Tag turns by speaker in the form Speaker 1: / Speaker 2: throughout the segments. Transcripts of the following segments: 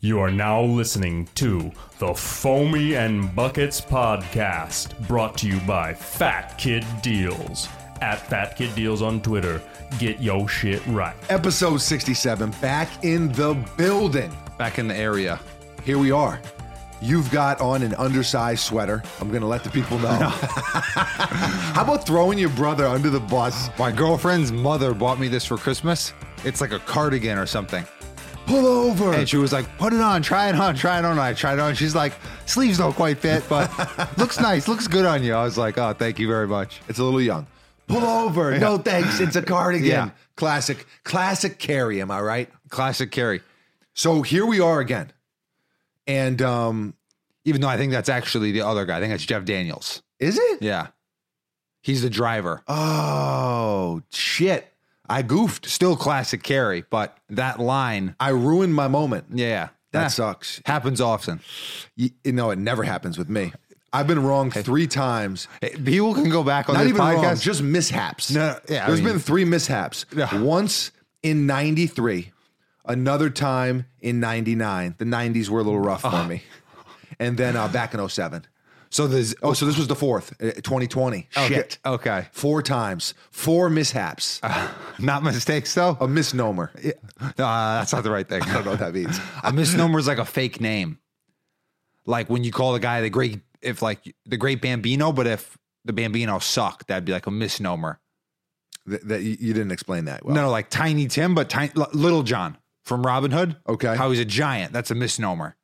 Speaker 1: You are now listening to the Foamy and Buckets podcast, brought to you by Fat Kid Deals. At Fat Kid Deals on Twitter, get yo shit right.
Speaker 2: Episode 67, back in the building.
Speaker 3: back in the area.
Speaker 2: Here we are. You've got on an undersized sweater. I'm going to let the people know. How about throwing your brother under the bus?
Speaker 3: My girlfriend's mother bought me this for Christmas. It's like a cardigan or something.
Speaker 2: Pull over.
Speaker 3: And she was like, put it on, try it on, try it on. And I tried it on. She's like, sleeves don't quite fit, but looks nice, looks good on you. I was like, oh, thank you very much.
Speaker 2: It's a little young. Pull over. No thanks. It's a cardigan.
Speaker 3: Yeah.
Speaker 2: Classic, classic carry. Am I right?
Speaker 3: Classic Carrie.
Speaker 2: So here we are again. And um,
Speaker 3: Even though I think that's actually the other guy. I think that's Jeff Daniels.
Speaker 2: is it?
Speaker 3: Yeah. He's the driver.
Speaker 2: Oh, shit. I goofed.
Speaker 3: Still classic Carrie, but that line,
Speaker 2: I ruined my moment.
Speaker 3: yeah.
Speaker 2: That
Speaker 3: yeah,
Speaker 2: sucks.
Speaker 3: Happens often.
Speaker 2: You, you know, it never happens with me. I've been wrong three times.
Speaker 3: Eh, People can go back on
Speaker 2: Not
Speaker 3: this
Speaker 2: even
Speaker 3: podcast.
Speaker 2: wrong, just mishaps.
Speaker 3: No, no, yeah, I
Speaker 2: There's
Speaker 3: mean-
Speaker 2: been three mishaps.
Speaker 3: Yeah.
Speaker 2: Once in 93, another time in 99. The 90s were a little rough
Speaker 3: Ah.
Speaker 2: for me. And then uh, back in 07.
Speaker 3: so there's
Speaker 2: Oh, so this was the fourth, uh, 2020. Shit.
Speaker 3: Oh, Okay. Ah.
Speaker 2: Four times, four mishaps,
Speaker 3: Not mistakes though.
Speaker 2: a misnomer.
Speaker 3: Uh, that's not the right thing.
Speaker 2: I don't know what that means.
Speaker 3: A misnomer is like a fake name. Like when you call the guy the great, if like the great Bambino, but if the Bambino sucked, that'd be like a misnomer.
Speaker 2: Th- that you you didn't explain that well.
Speaker 3: No, no, like Tiny Tim, but tiny, Li- Little John from Robin Hood.
Speaker 2: Okay.
Speaker 3: How he's a giant. That's a misnomer.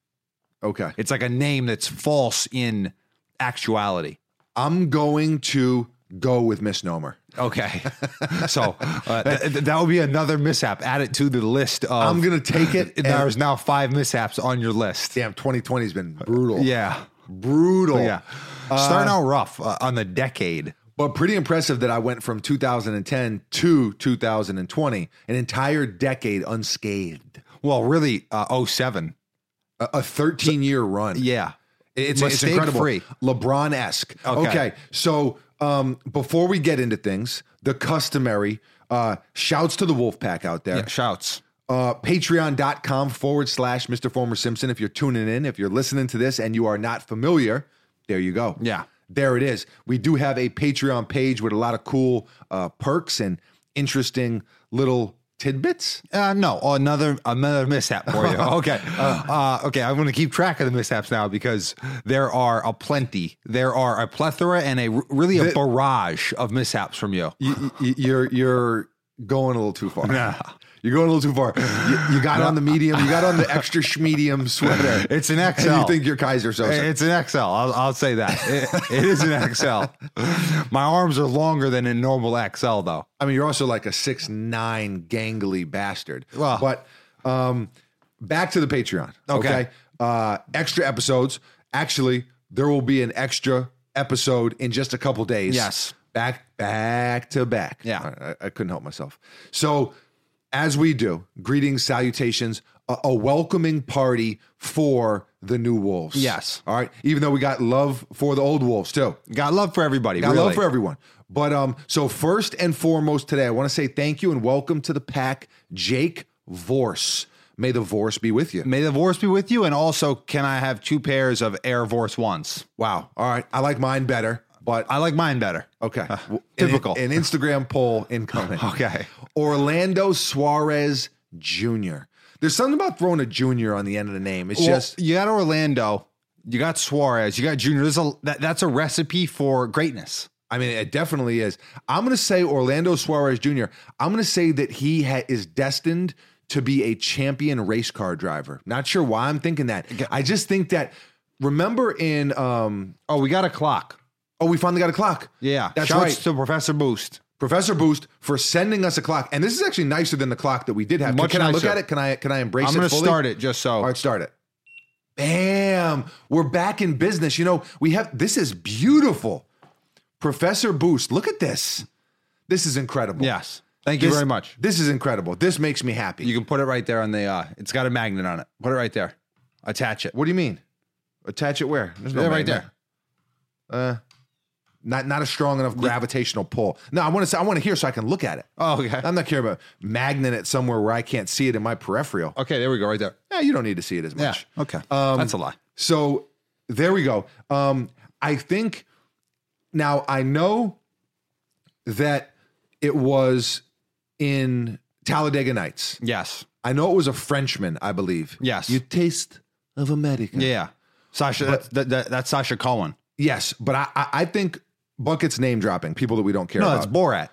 Speaker 2: Okay.
Speaker 3: It's like a name that's false in actuality.
Speaker 2: I'm going to go with misnomer.
Speaker 3: Okay. so uh, th- th- that would be another mishap. Add it to the list of.
Speaker 2: I'm going to take it. and-
Speaker 3: There's now five mishaps on your list.
Speaker 2: damn, 2020 has been brutal.
Speaker 3: Yeah.
Speaker 2: Brutal.
Speaker 3: Yeah. Starting out rough uh, on the decade.
Speaker 2: But pretty impressive that I went from 2010 to 2020, an entire decade unscathed.
Speaker 3: Well, really, uh, 07.
Speaker 2: A, a 13 year run.
Speaker 3: Yeah.
Speaker 2: It's, it's
Speaker 3: Mistake
Speaker 2: incredible.
Speaker 3: free.
Speaker 2: LeBron esque. Okay.
Speaker 3: Okay.
Speaker 2: So um, before we get into things, the customary uh, shouts to the Wolfpack out there.
Speaker 3: Yeah, shouts.
Speaker 2: Uh, Patreon.com forward slash Mr. Former Simpson. If you're tuning in, if you're listening to this and you are not familiar, there you go.
Speaker 3: Yeah.
Speaker 2: There it is. We do have a Patreon page with a lot of cool uh, perks and interesting little tidbits.
Speaker 3: Uh, no, oh, another another mishap for you. okay, uh, okay. I'm going to keep track of the mishaps now because there are a plenty. There are a plethora and a really a barrage of mishaps from you.
Speaker 2: You, you, you're you're going a little too far.
Speaker 3: Nah.
Speaker 2: You're going a little too far. You, you got on the medium. You got on the extra schmedium sweater.
Speaker 3: It's an
Speaker 2: and
Speaker 3: XL.
Speaker 2: you think you're Kaiser Sosa.
Speaker 3: It's an XL. I'll, I'll say that It- it is an XL. My arms are longer than a normal XL, though.
Speaker 2: I mean, you're also like a six nine gangly bastard.
Speaker 3: Well-
Speaker 2: but um, back to the Patreon.
Speaker 3: Okay.
Speaker 2: Uh, extra episodes. Actually, there will be an extra episode in just a couple days.
Speaker 3: Yes.
Speaker 2: Back, back to back.
Speaker 3: Yeah.
Speaker 2: I- I, I couldn't help myself. So, as we do, greetings, salutations, a, a welcoming party for the new wolves.
Speaker 3: Yes.
Speaker 2: All right. Even though we got love for the old wolves too.
Speaker 3: Got love for everybody.
Speaker 2: Got
Speaker 3: really.
Speaker 2: love for everyone. But um, so first and foremost today, I want to say thank you and welcome to the pack, Jake Vorse. May the Vorse be with you.
Speaker 3: May the Vorse be with you. And also, can I have two pairs of Air Vorse ones?
Speaker 2: Wow. All right. I like mine better, but
Speaker 3: I like mine better.
Speaker 2: okay. An-
Speaker 3: typical.
Speaker 2: An, Instagram poll incoming.
Speaker 3: Okay.
Speaker 2: Orlando Suarez Jr. There's something about throwing a junior on the end of the name. It's
Speaker 3: Just
Speaker 2: just
Speaker 3: you got Orlando, you got Suarez, you got Junior. There's a that, that's a recipe for greatness.
Speaker 2: I mean, it definitely is. I'm going to say Orlando Suarez Jr. I'm going to say that he ha- is destined to be a champion race car driver. Not sure why I'm thinking that. I just think that. Remember in um
Speaker 3: Oh, we got a clock.
Speaker 2: oh we finally got a clock.
Speaker 3: Yeah,
Speaker 2: that's
Speaker 3: Shouts
Speaker 2: right.
Speaker 3: to Professor Boost.
Speaker 2: Professor Boost for sending us a clock, and this is actually nicer than the clock that we did have.
Speaker 3: Much
Speaker 2: can I look
Speaker 3: nicer.
Speaker 2: at it? Can I can I embrace
Speaker 3: I'm
Speaker 2: it?
Speaker 3: going to
Speaker 2: fully?
Speaker 3: start it just so.
Speaker 2: All right, start it. Bam! We're back in business. You know, we have this is beautiful. Professor Boost, look at this. This is incredible.
Speaker 3: Yes, thank you
Speaker 2: This-
Speaker 3: very much.
Speaker 2: This is incredible. This makes me happy.
Speaker 3: You can put it right there on the. uh It's got a magnet on it. Put it right there. Attach it.
Speaker 2: what do you mean? Attach it where? There's
Speaker 3: Yeah, right
Speaker 2: magnet.
Speaker 3: there.
Speaker 2: Not not a strong enough gravitational pull. No, I want to I want to hear so I can look at it.
Speaker 3: Oh, okay.
Speaker 2: I'm not caring about magnet it somewhere where I can't see it in my peripheral.
Speaker 3: Okay, there we go. Right there.
Speaker 2: eh, you don't need to see it as much.
Speaker 3: Okay. Um, That's a lie.
Speaker 2: So there we go. Um, I think now I know that it was in Talladega Nights.
Speaker 3: Yes.
Speaker 2: I know it was a Frenchman, I believe.
Speaker 3: Yes.
Speaker 2: You taste of America.
Speaker 3: Yeah. Sasha, that's that, that, that's Sasha Cohen.
Speaker 2: Yes, but I, I I think Bucket's name dropping people that we don't care
Speaker 3: No,
Speaker 2: about.
Speaker 3: that's Borat.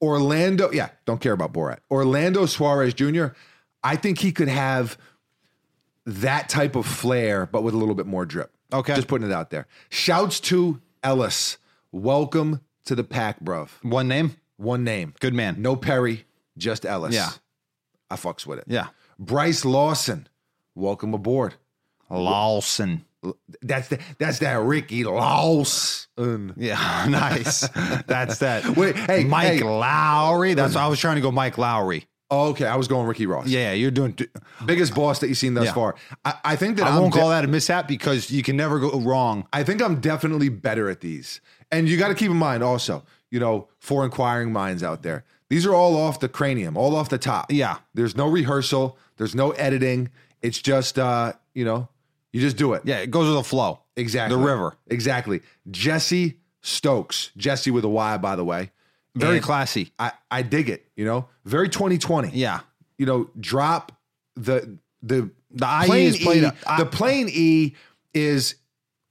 Speaker 2: Orlando, yeah, don't care about Borat. Orlando Suarez Jr., I think he could have that type of flair, but with a little bit more drip.
Speaker 3: Okay.
Speaker 2: Just putting it out there. Shouts to Ellis. Welcome to the pack, bruv.
Speaker 3: One name,
Speaker 2: One name.
Speaker 3: good man.
Speaker 2: No Perry, just Ellis.
Speaker 3: Yeah.
Speaker 2: I fucks with it.
Speaker 3: Yeah.
Speaker 2: Bryce Lawson, welcome aboard.
Speaker 3: Lawson.
Speaker 2: That's the, that's that Ricky Lawson.
Speaker 3: Yeah, nice. That's that.
Speaker 2: Wait, hey,
Speaker 3: Mike
Speaker 2: hey. Oh,
Speaker 3: Lowry. That's I was trying to go Mike Lowry.
Speaker 2: Okay, I was going Ricky Ross.
Speaker 3: Yeah, you're doing.
Speaker 2: Biggest boss that you've seen thus
Speaker 3: Yeah.
Speaker 2: far. I, I think that
Speaker 3: I
Speaker 2: I'm
Speaker 3: won't
Speaker 2: de-
Speaker 3: call that a mishap because you can never go wrong.
Speaker 2: I think I'm definitely better at these. And you got to keep in mind also, you know, for inquiring minds out there, these are all off the cranium, all off the top.
Speaker 3: Yeah.
Speaker 2: There's no rehearsal, there's no editing. It's just, uh, you know, you just do it.
Speaker 3: Yeah, it goes with the flow.
Speaker 2: Exactly.
Speaker 3: The river.
Speaker 2: Exactly. Jesse Stokes, Jesse with a Y, by the way.
Speaker 3: Very
Speaker 2: And
Speaker 3: classy.
Speaker 2: I, I dig it, you know, very 2020.
Speaker 3: Yeah.
Speaker 2: You know, drop the, the,
Speaker 3: The IE
Speaker 2: plain
Speaker 3: is played
Speaker 2: E,
Speaker 3: up. I-
Speaker 2: the plain E is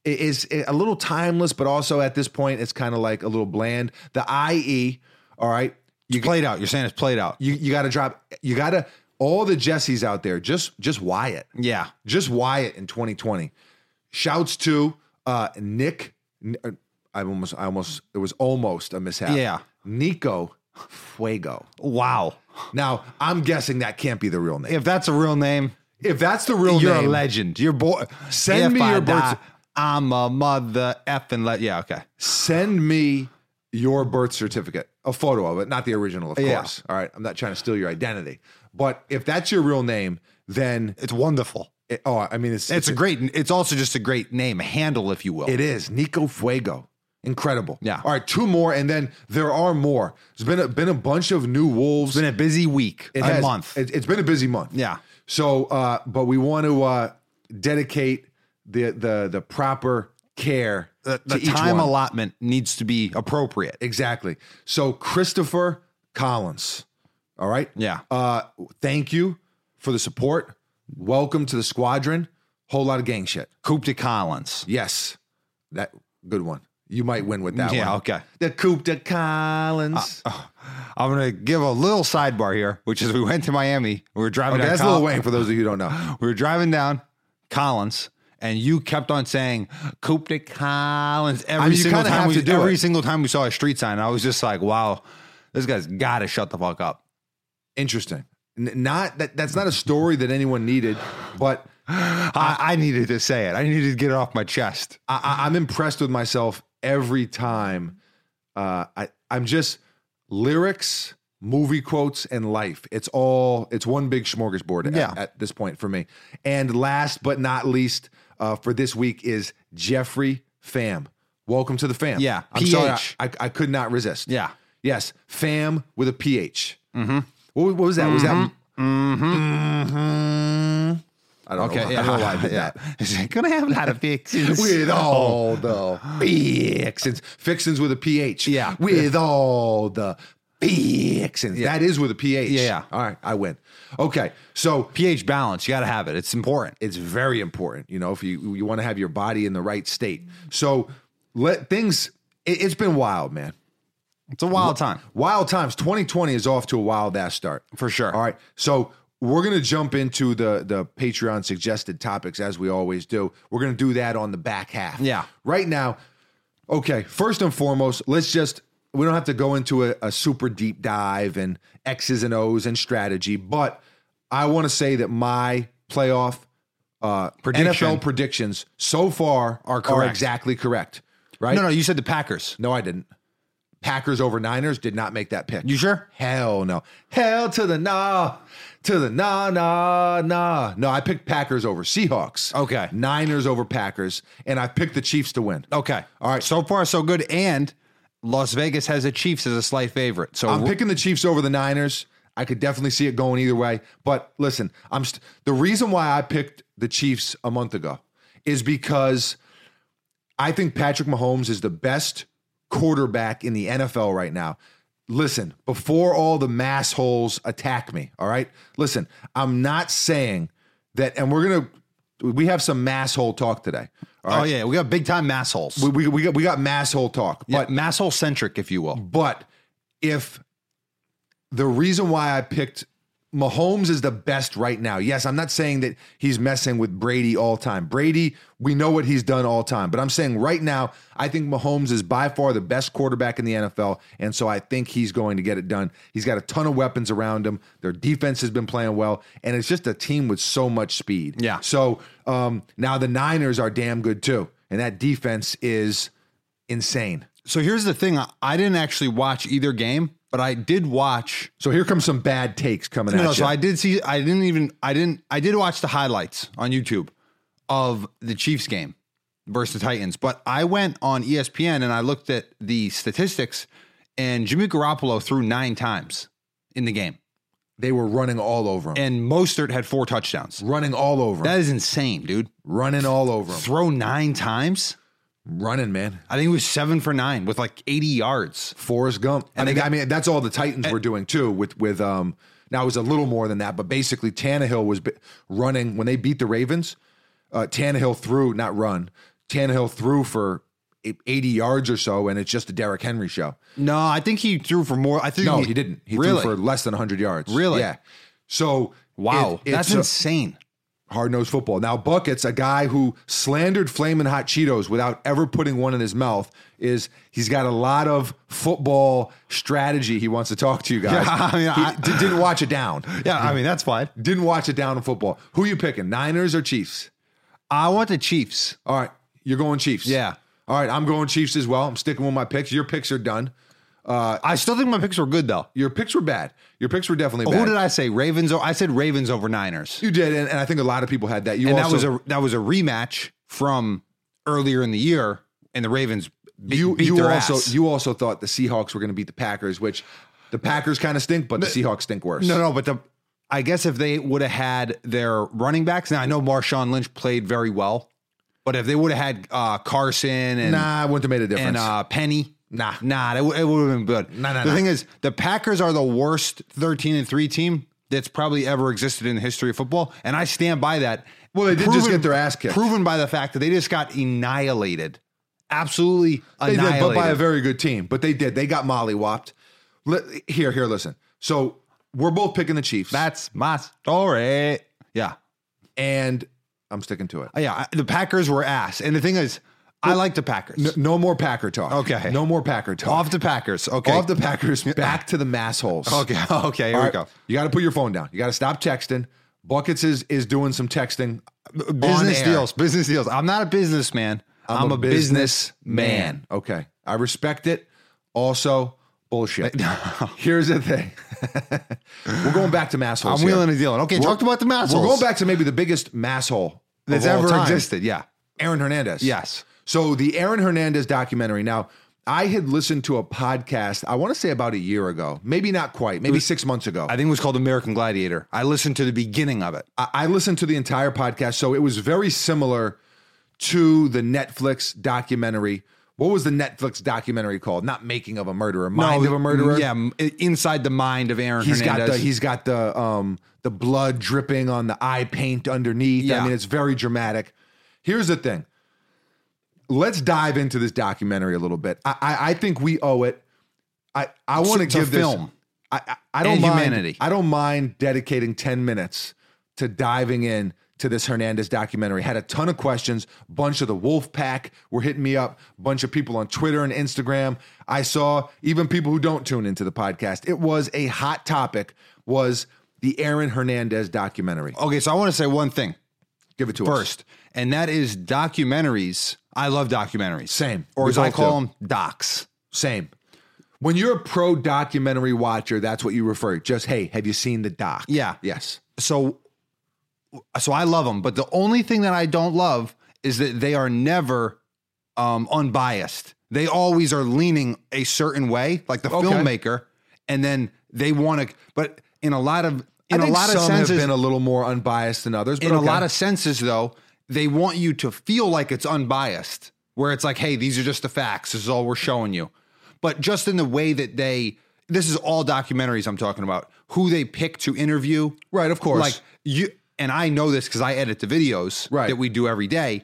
Speaker 2: is a little timeless, but also at this point, it's kind of like a little bland. The IE, all right,
Speaker 3: You played out. You're saying it's played out.
Speaker 2: you you got to drop, you got to all the Jessies out there, just just Wyatt,
Speaker 3: Yeah.
Speaker 2: just Wyatt in 2020. Shouts to uh Nick. uh, I almost, I almost, it was almost a mishap.
Speaker 3: Yeah.
Speaker 2: Nico Fuego.
Speaker 3: Wow.
Speaker 2: Now I'm guessing that can't be the real name.
Speaker 3: If that's a real name,
Speaker 2: If that's the real
Speaker 3: you're a
Speaker 2: name,
Speaker 3: legend. You're boy.
Speaker 2: Send me your birth-
Speaker 3: I'm a mother effing le- Yeah. Okay.
Speaker 2: send me your birth certificate, a photo of it, not the original, of
Speaker 3: Yeah.
Speaker 2: course. All right. I'm not trying to steal your identity. But if that's your real name, then,
Speaker 3: It's wonderful.
Speaker 2: it, oh, I mean, it's,
Speaker 3: It's a great. It's also just a great name, a handle, if you will.
Speaker 2: it is Nico Fuego. Incredible.
Speaker 3: Yeah.
Speaker 2: All right. Two more. And then there are more. There's been a, been a bunch of new Wolves.
Speaker 3: It's been a busy week,
Speaker 2: It
Speaker 3: a
Speaker 2: has-
Speaker 3: month.
Speaker 2: It, has been a busy month.
Speaker 3: Yeah.
Speaker 2: So, uh, but we want to uh, dedicate the, the, the proper care
Speaker 3: the the
Speaker 2: to each
Speaker 3: time
Speaker 2: one.
Speaker 3: allotment needs to be appropriate.
Speaker 2: Exactly. So Christopher Collins. All right.
Speaker 3: Yeah.
Speaker 2: Uh, thank you for the support. Welcome to the squadron. Whole lot of gang shit.
Speaker 3: Coop de Collins.
Speaker 2: Yes. That good one. You might win with that
Speaker 3: yeah.
Speaker 2: one.
Speaker 3: Okay. Uh, oh,
Speaker 2: The Coupe de Collins.
Speaker 3: I'm gonna give a little sidebar here, which is we went to Miami. We were driving.
Speaker 2: okay,
Speaker 3: down
Speaker 2: Oh, that's
Speaker 3: Col-
Speaker 2: Lil Wayne for those of you who don't know.
Speaker 3: We were driving down Collins, and you kept on saying Coop de Collins every
Speaker 2: mean, you
Speaker 3: single
Speaker 2: kinda
Speaker 3: time.
Speaker 2: have
Speaker 3: we,
Speaker 2: to do
Speaker 3: every
Speaker 2: it.
Speaker 3: single time we saw a street sign, I was just like, "Wow, this guy's got to shut the fuck up."
Speaker 2: Interesting. N- not that that's not a story that anyone needed, but
Speaker 3: I, I needed to say it. I needed to get it off my chest.
Speaker 2: I, I- I'm impressed with myself every time. Uh, I I'm just lyrics, movie quotes, and life. It's all it's one big smorgasbord at,
Speaker 3: Yeah.
Speaker 2: at this point for me. And last but not least, uh, for this week is Jeffrey Fam. Welcome to the fam.
Speaker 3: Yeah,
Speaker 2: I'm sorry,
Speaker 3: PH.
Speaker 2: I, I, I could not resist.
Speaker 3: Yeah.
Speaker 2: yes, fam with a ph. Mm-hmm. What, was- what was that? Was that? Mm-hmm.
Speaker 3: Mm.
Speaker 2: I don't know.
Speaker 3: Okay.
Speaker 2: why-
Speaker 3: yeah,
Speaker 2: I don't know why I did
Speaker 3: yeah.
Speaker 2: that
Speaker 3: It's gonna have a lot of fixes.
Speaker 2: with all the fixins. Fixins with a PH.
Speaker 3: Yeah.
Speaker 2: With all the fixins. That is with a PH.
Speaker 3: Yeah, yeah.
Speaker 2: All right. I win. Okay. So
Speaker 3: pH balance. You got to have it. It's important.
Speaker 2: it's very important, you know, if you you want to have your body in the right state. So let things it, it's been wild, man.
Speaker 3: It's a wild time
Speaker 2: Wild times. 2020 is off to a wild ass start.
Speaker 3: for sure.
Speaker 2: All right. So we're gonna jump into the the Patreon suggested topics as we always do. We're gonna do that on the back half.
Speaker 3: Yeah.
Speaker 2: Right now, okay. First and foremost, let's just we don't have to go into a, a super deep dive and X's and O's and strategy, but I want to say that my playoff uh,
Speaker 3: Prediction.
Speaker 2: NFL predictions so far are,
Speaker 3: correct.
Speaker 2: exactly correct. Right?
Speaker 3: No, no, you said the Packers.
Speaker 2: No, I didn't. Packers over Niners did not make that pick.
Speaker 3: You sure?
Speaker 2: Hell no. Hell to the nah. To the nah, nah, nah. No, I picked Packers over Seahawks.
Speaker 3: Okay.
Speaker 2: Niners over Packers. And I picked the Chiefs to win.
Speaker 3: Okay.
Speaker 2: All right.
Speaker 3: So far, so good. And Las Vegas has the Chiefs as a slight favorite. So
Speaker 2: I'm picking the Chiefs over the Niners. I could definitely see it going either way. But listen, I'm st- the reason why I picked the Chiefs a month ago is because I think Patrick Mahomes is the best quarterback in the NFL right now. Listen, before all the mass holes attack me, all right? Listen, I'm not saying that, and we're gonna we have some mass hole talk today. All right.
Speaker 3: Oh yeah, we got big time mass holes,
Speaker 2: We, we, we got we got mass hole talk, but
Speaker 3: but mass hole centric, if you will.
Speaker 2: but if the reason why I picked Mahomes is the best right now, yes, I'm not saying that he's messing with Brady all time. Brady, we know what he's done all time, but I'm saying right now, I think Mahomes is by far the best quarterback in the NFL, and so I think he's going to get it done. He's got a ton of weapons around him. Their defense has been playing well, and it's just a team with so much speed.
Speaker 3: Yeah.
Speaker 2: So um, now the Niners are damn good too, and that defense is insane.
Speaker 3: So here's the thing: I- I didn't actually watch either game, but I did watch.
Speaker 2: So here comes some bad takes coming
Speaker 3: No,
Speaker 2: at
Speaker 3: no,
Speaker 2: you.
Speaker 3: so I did see. I didn't even. I didn't. I did watch the highlights on YouTube of the Chiefs game versus the Titans, but I went on E ESPN and I looked at the statistics, and Jimmy Garoppolo threw nine times in the game,
Speaker 2: they were running all over him.
Speaker 3: and Mostert had four touchdowns.
Speaker 2: running all over him.
Speaker 3: That is insane, dude.
Speaker 2: running all over him.
Speaker 3: Throw nine times.
Speaker 2: Running, man.
Speaker 3: I think it was seven for nine with like 80 yards.
Speaker 2: Forrest Gump. I
Speaker 3: And they
Speaker 2: mean,
Speaker 3: got-
Speaker 2: I mean, that's all the Titans were doing too. With with um, now it was a little more than that, but basically Tannehill was bi- running when they beat the Ravens. Uh, Tannehill threw, not run. Tannehill threw for eight- eighty yards or so, and it's just a Derrick Henry show.
Speaker 3: No, I think he threw for more. I think
Speaker 2: No, he didn't. He
Speaker 3: really?
Speaker 2: threw for less than hundred yards.
Speaker 3: Really?
Speaker 2: Yeah. So
Speaker 3: wow,
Speaker 2: it-
Speaker 3: that's
Speaker 2: it's a-
Speaker 3: insane.
Speaker 2: hard nosed football. Now, Buckets, a guy who slandered Flamin' Hot Cheetos without ever putting one in his mouth, is he's got a lot of football strategy he wants to talk to you guys.
Speaker 3: Yeah, I mean,
Speaker 2: he
Speaker 3: I-
Speaker 2: di- didn't watch it down.
Speaker 3: Yeah, I mean that's fine.
Speaker 2: Didn't watch it down in football. Who you picking, Niners or Chiefs?
Speaker 3: I want the Chiefs.
Speaker 2: All right, you're going Chiefs.
Speaker 3: Yeah.
Speaker 2: All right, I'm going Chiefs as well. I'm sticking with my picks. Your picks are done. Uh,
Speaker 3: I still think my picks were good though.
Speaker 2: Your picks were bad. Your picks were definitely bad.
Speaker 3: Who did I say? Ravens. o- I said Ravens over Niners,
Speaker 2: You did, and, and I think a lot of people had that. You
Speaker 3: and
Speaker 2: also
Speaker 3: that was a that was a rematch from earlier in the year, and the Ravens beat,
Speaker 2: you
Speaker 3: beat
Speaker 2: you
Speaker 3: their
Speaker 2: also
Speaker 3: ass.
Speaker 2: you also thought the Seahawks were going to beat the Packers, which the Packers kind of stink, but the Seahawks stink worse.
Speaker 3: no, no, but the I guess if they would have had their running backs. Now I know Marshawn Lynch played very well, but if they would have had uh, Carson and
Speaker 2: nah, it wouldn't have made a difference.
Speaker 3: and uh, Penny.
Speaker 2: Nah.
Speaker 3: nah, that w- it would have been good.
Speaker 2: Nah, nah,
Speaker 3: the
Speaker 2: nah.
Speaker 3: thing is, the Packers are the worst thirteen and three team that's probably ever existed in the history of football, and I stand by that.
Speaker 2: Well, they did just get their ass kicked.
Speaker 3: proven by the fact that they just got annihilated, absolutely
Speaker 2: they
Speaker 3: annihilated.
Speaker 2: did, but by a very good team. But they did. They got mollywopped. Li- Here, here, listen. So we're both picking the Chiefs,
Speaker 3: that's my story. Yeah,
Speaker 2: and I'm sticking to it.
Speaker 3: Uh, yeah. I- The Packers were ass, and the thing is, I like the Packers.
Speaker 2: No more Packer talk.
Speaker 3: Okay.
Speaker 2: No more Packer talk.
Speaker 3: Off the Packers. Okay.
Speaker 2: Off the Packers, back to the mass holes.
Speaker 3: Okay. Okay. Here
Speaker 2: All
Speaker 3: we
Speaker 2: right,
Speaker 3: go.
Speaker 2: You got to put your phone down. You got to stop texting. Buckets is is doing some texting. on
Speaker 3: Business
Speaker 2: air.
Speaker 3: deals. Business deals. I'm not a businessman. I'm, a, business man.
Speaker 2: Okay. I respect it. Also, bullshit. Here's the thing. we're going back to mass holes.
Speaker 3: I'm
Speaker 2: here.
Speaker 3: wheeling and dealing. Okay,
Speaker 2: We're-
Speaker 3: talk about the mass
Speaker 2: We're
Speaker 3: holes.
Speaker 2: going back to maybe the biggest mass hole
Speaker 3: that's
Speaker 2: of all
Speaker 3: ever
Speaker 2: time,
Speaker 3: existed. Yeah.
Speaker 2: Aaron Hernandez.
Speaker 3: Yes.
Speaker 2: So the Aaron Hernandez documentary. Now, I had listened to a podcast, I want to say about a year ago, maybe not quite, maybe six months ago.
Speaker 3: I think it was called American Gladiator. I listened to the beginning of it.
Speaker 2: I I listened to the entire podcast, so it was very similar to the Netflix documentary. What was the Netflix documentary called? Not Making of a Murderer, Mind of a Murderer.
Speaker 3: Oh, mm, Yeah, m- inside the mind of Aaron
Speaker 2: he's got
Speaker 3: Hernandez.
Speaker 2: the he's got the um the blood dripping on the eye paint underneath. I
Speaker 3: Yeah.
Speaker 2: mean, it's very dramatic. Here's the thing. Let's dive into this documentary a little bit. I I, I think we owe it. I I want to
Speaker 3: To
Speaker 2: give this-
Speaker 3: film.
Speaker 2: I I, I don't
Speaker 3: And
Speaker 2: mind.
Speaker 3: humanity.
Speaker 2: I don't mind dedicating ten minutes to diving in to this Hernandez documentary. Had a ton of questions. Bunch of the Wolf Pack were hitting me up. Bunch of people on Twitter and Instagram. I saw even people who don't tune into the podcast. It was a hot topic. Was the Aaron Hernandez documentary?
Speaker 3: okay, so I want to say one thing
Speaker 2: Give it to us
Speaker 3: first, and that is documentaries. I love documentaries.
Speaker 2: Same.
Speaker 3: Or
Speaker 2: We
Speaker 3: as I
Speaker 2: both
Speaker 3: call
Speaker 2: do.
Speaker 3: them, docs.
Speaker 2: Same. When you're a pro documentary watcher, that's what you refer. Just hey, have you seen the doc?
Speaker 3: Yeah.
Speaker 2: Yes.
Speaker 3: so so I love them, but the only thing that I don't love is that they are never um unbiased. They always are leaning a certain way, like the
Speaker 2: Okay.
Speaker 3: filmmaker, and then they want to but in a lot of
Speaker 2: I
Speaker 3: in a
Speaker 2: think
Speaker 3: lot of
Speaker 2: some have
Speaker 3: senses
Speaker 2: been a little more unbiased than others. But
Speaker 3: in a
Speaker 2: okay.
Speaker 3: lot of senses though they want you to feel like it's unbiased where it's like hey these are just the facts this is all we're showing you but just in the way that they this is all documentaries i'm talking about who they pick to interview
Speaker 2: Right, of course.
Speaker 3: like you and i know this because i edit the videos
Speaker 2: Right.
Speaker 3: that we do every day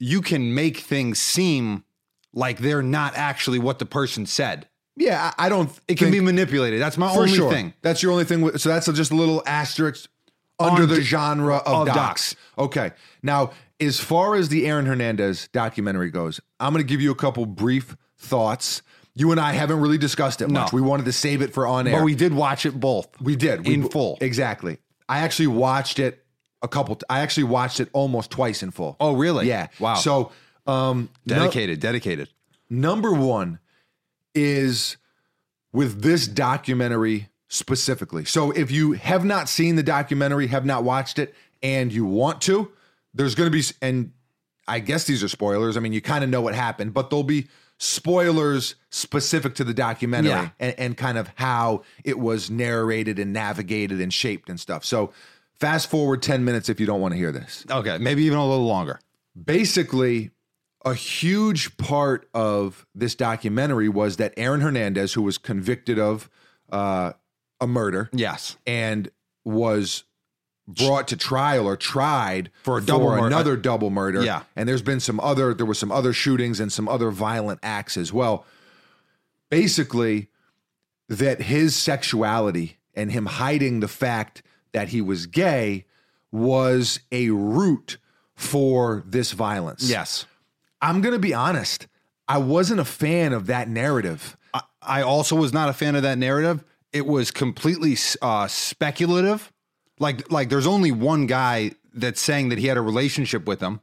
Speaker 3: you can make things seem like they're not actually what the person said
Speaker 2: yeah, I, I don't.
Speaker 3: it can
Speaker 2: think-
Speaker 3: be manipulated that's my
Speaker 2: for
Speaker 3: only
Speaker 2: sure.
Speaker 3: thing
Speaker 2: That's your only thing. with- So that's a- just a little asterisk under
Speaker 3: On
Speaker 2: the
Speaker 3: d-
Speaker 2: genre of,
Speaker 3: of
Speaker 2: docs.
Speaker 3: docs.
Speaker 2: Okay. Now, as far as the Aaron Hernandez documentary goes, I'm going to give you a couple brief thoughts. You and I haven't really discussed it much. We wanted to save it for on air.
Speaker 3: but we did watch it both
Speaker 2: We did we,
Speaker 3: in full.
Speaker 2: Exactly. I actually watched it a couple. t- I actually watched it almost twice in full.
Speaker 3: oh really
Speaker 2: yeah.
Speaker 3: wow
Speaker 2: So um, no-
Speaker 3: dedicated dedicated
Speaker 2: number one is with this documentary specifically. So if you have not seen the documentary, have not watched it, and you want to, there's going to be, and I guess these are spoilers. I mean, you kind of know what happened, but there'll be spoilers specific to the documentary
Speaker 3: Yeah.
Speaker 2: and, and kind of how it was narrated and navigated and shaped and stuff. So fast forward 10 minutes if you don't want to hear this
Speaker 3: okay maybe even a little longer
Speaker 2: basically a huge part of this documentary was that Aaron Hernandez, who was convicted of uh, a murder
Speaker 3: Yes.
Speaker 2: and was brought to trial or tried
Speaker 3: For a double murder.
Speaker 2: another double murder.
Speaker 3: Yeah.
Speaker 2: And there's been some other there were some other shootings and some other violent acts as well. Basically, that his sexuality and him hiding the fact that he was gay was a root for this violence.
Speaker 3: Yes.
Speaker 2: I'm going to be honest. I wasn't a fan of that narrative.
Speaker 3: I, I also was not a fan of that narrative. It was completely uh, speculative. Like, like there's only one guy that's saying that he had a relationship with him,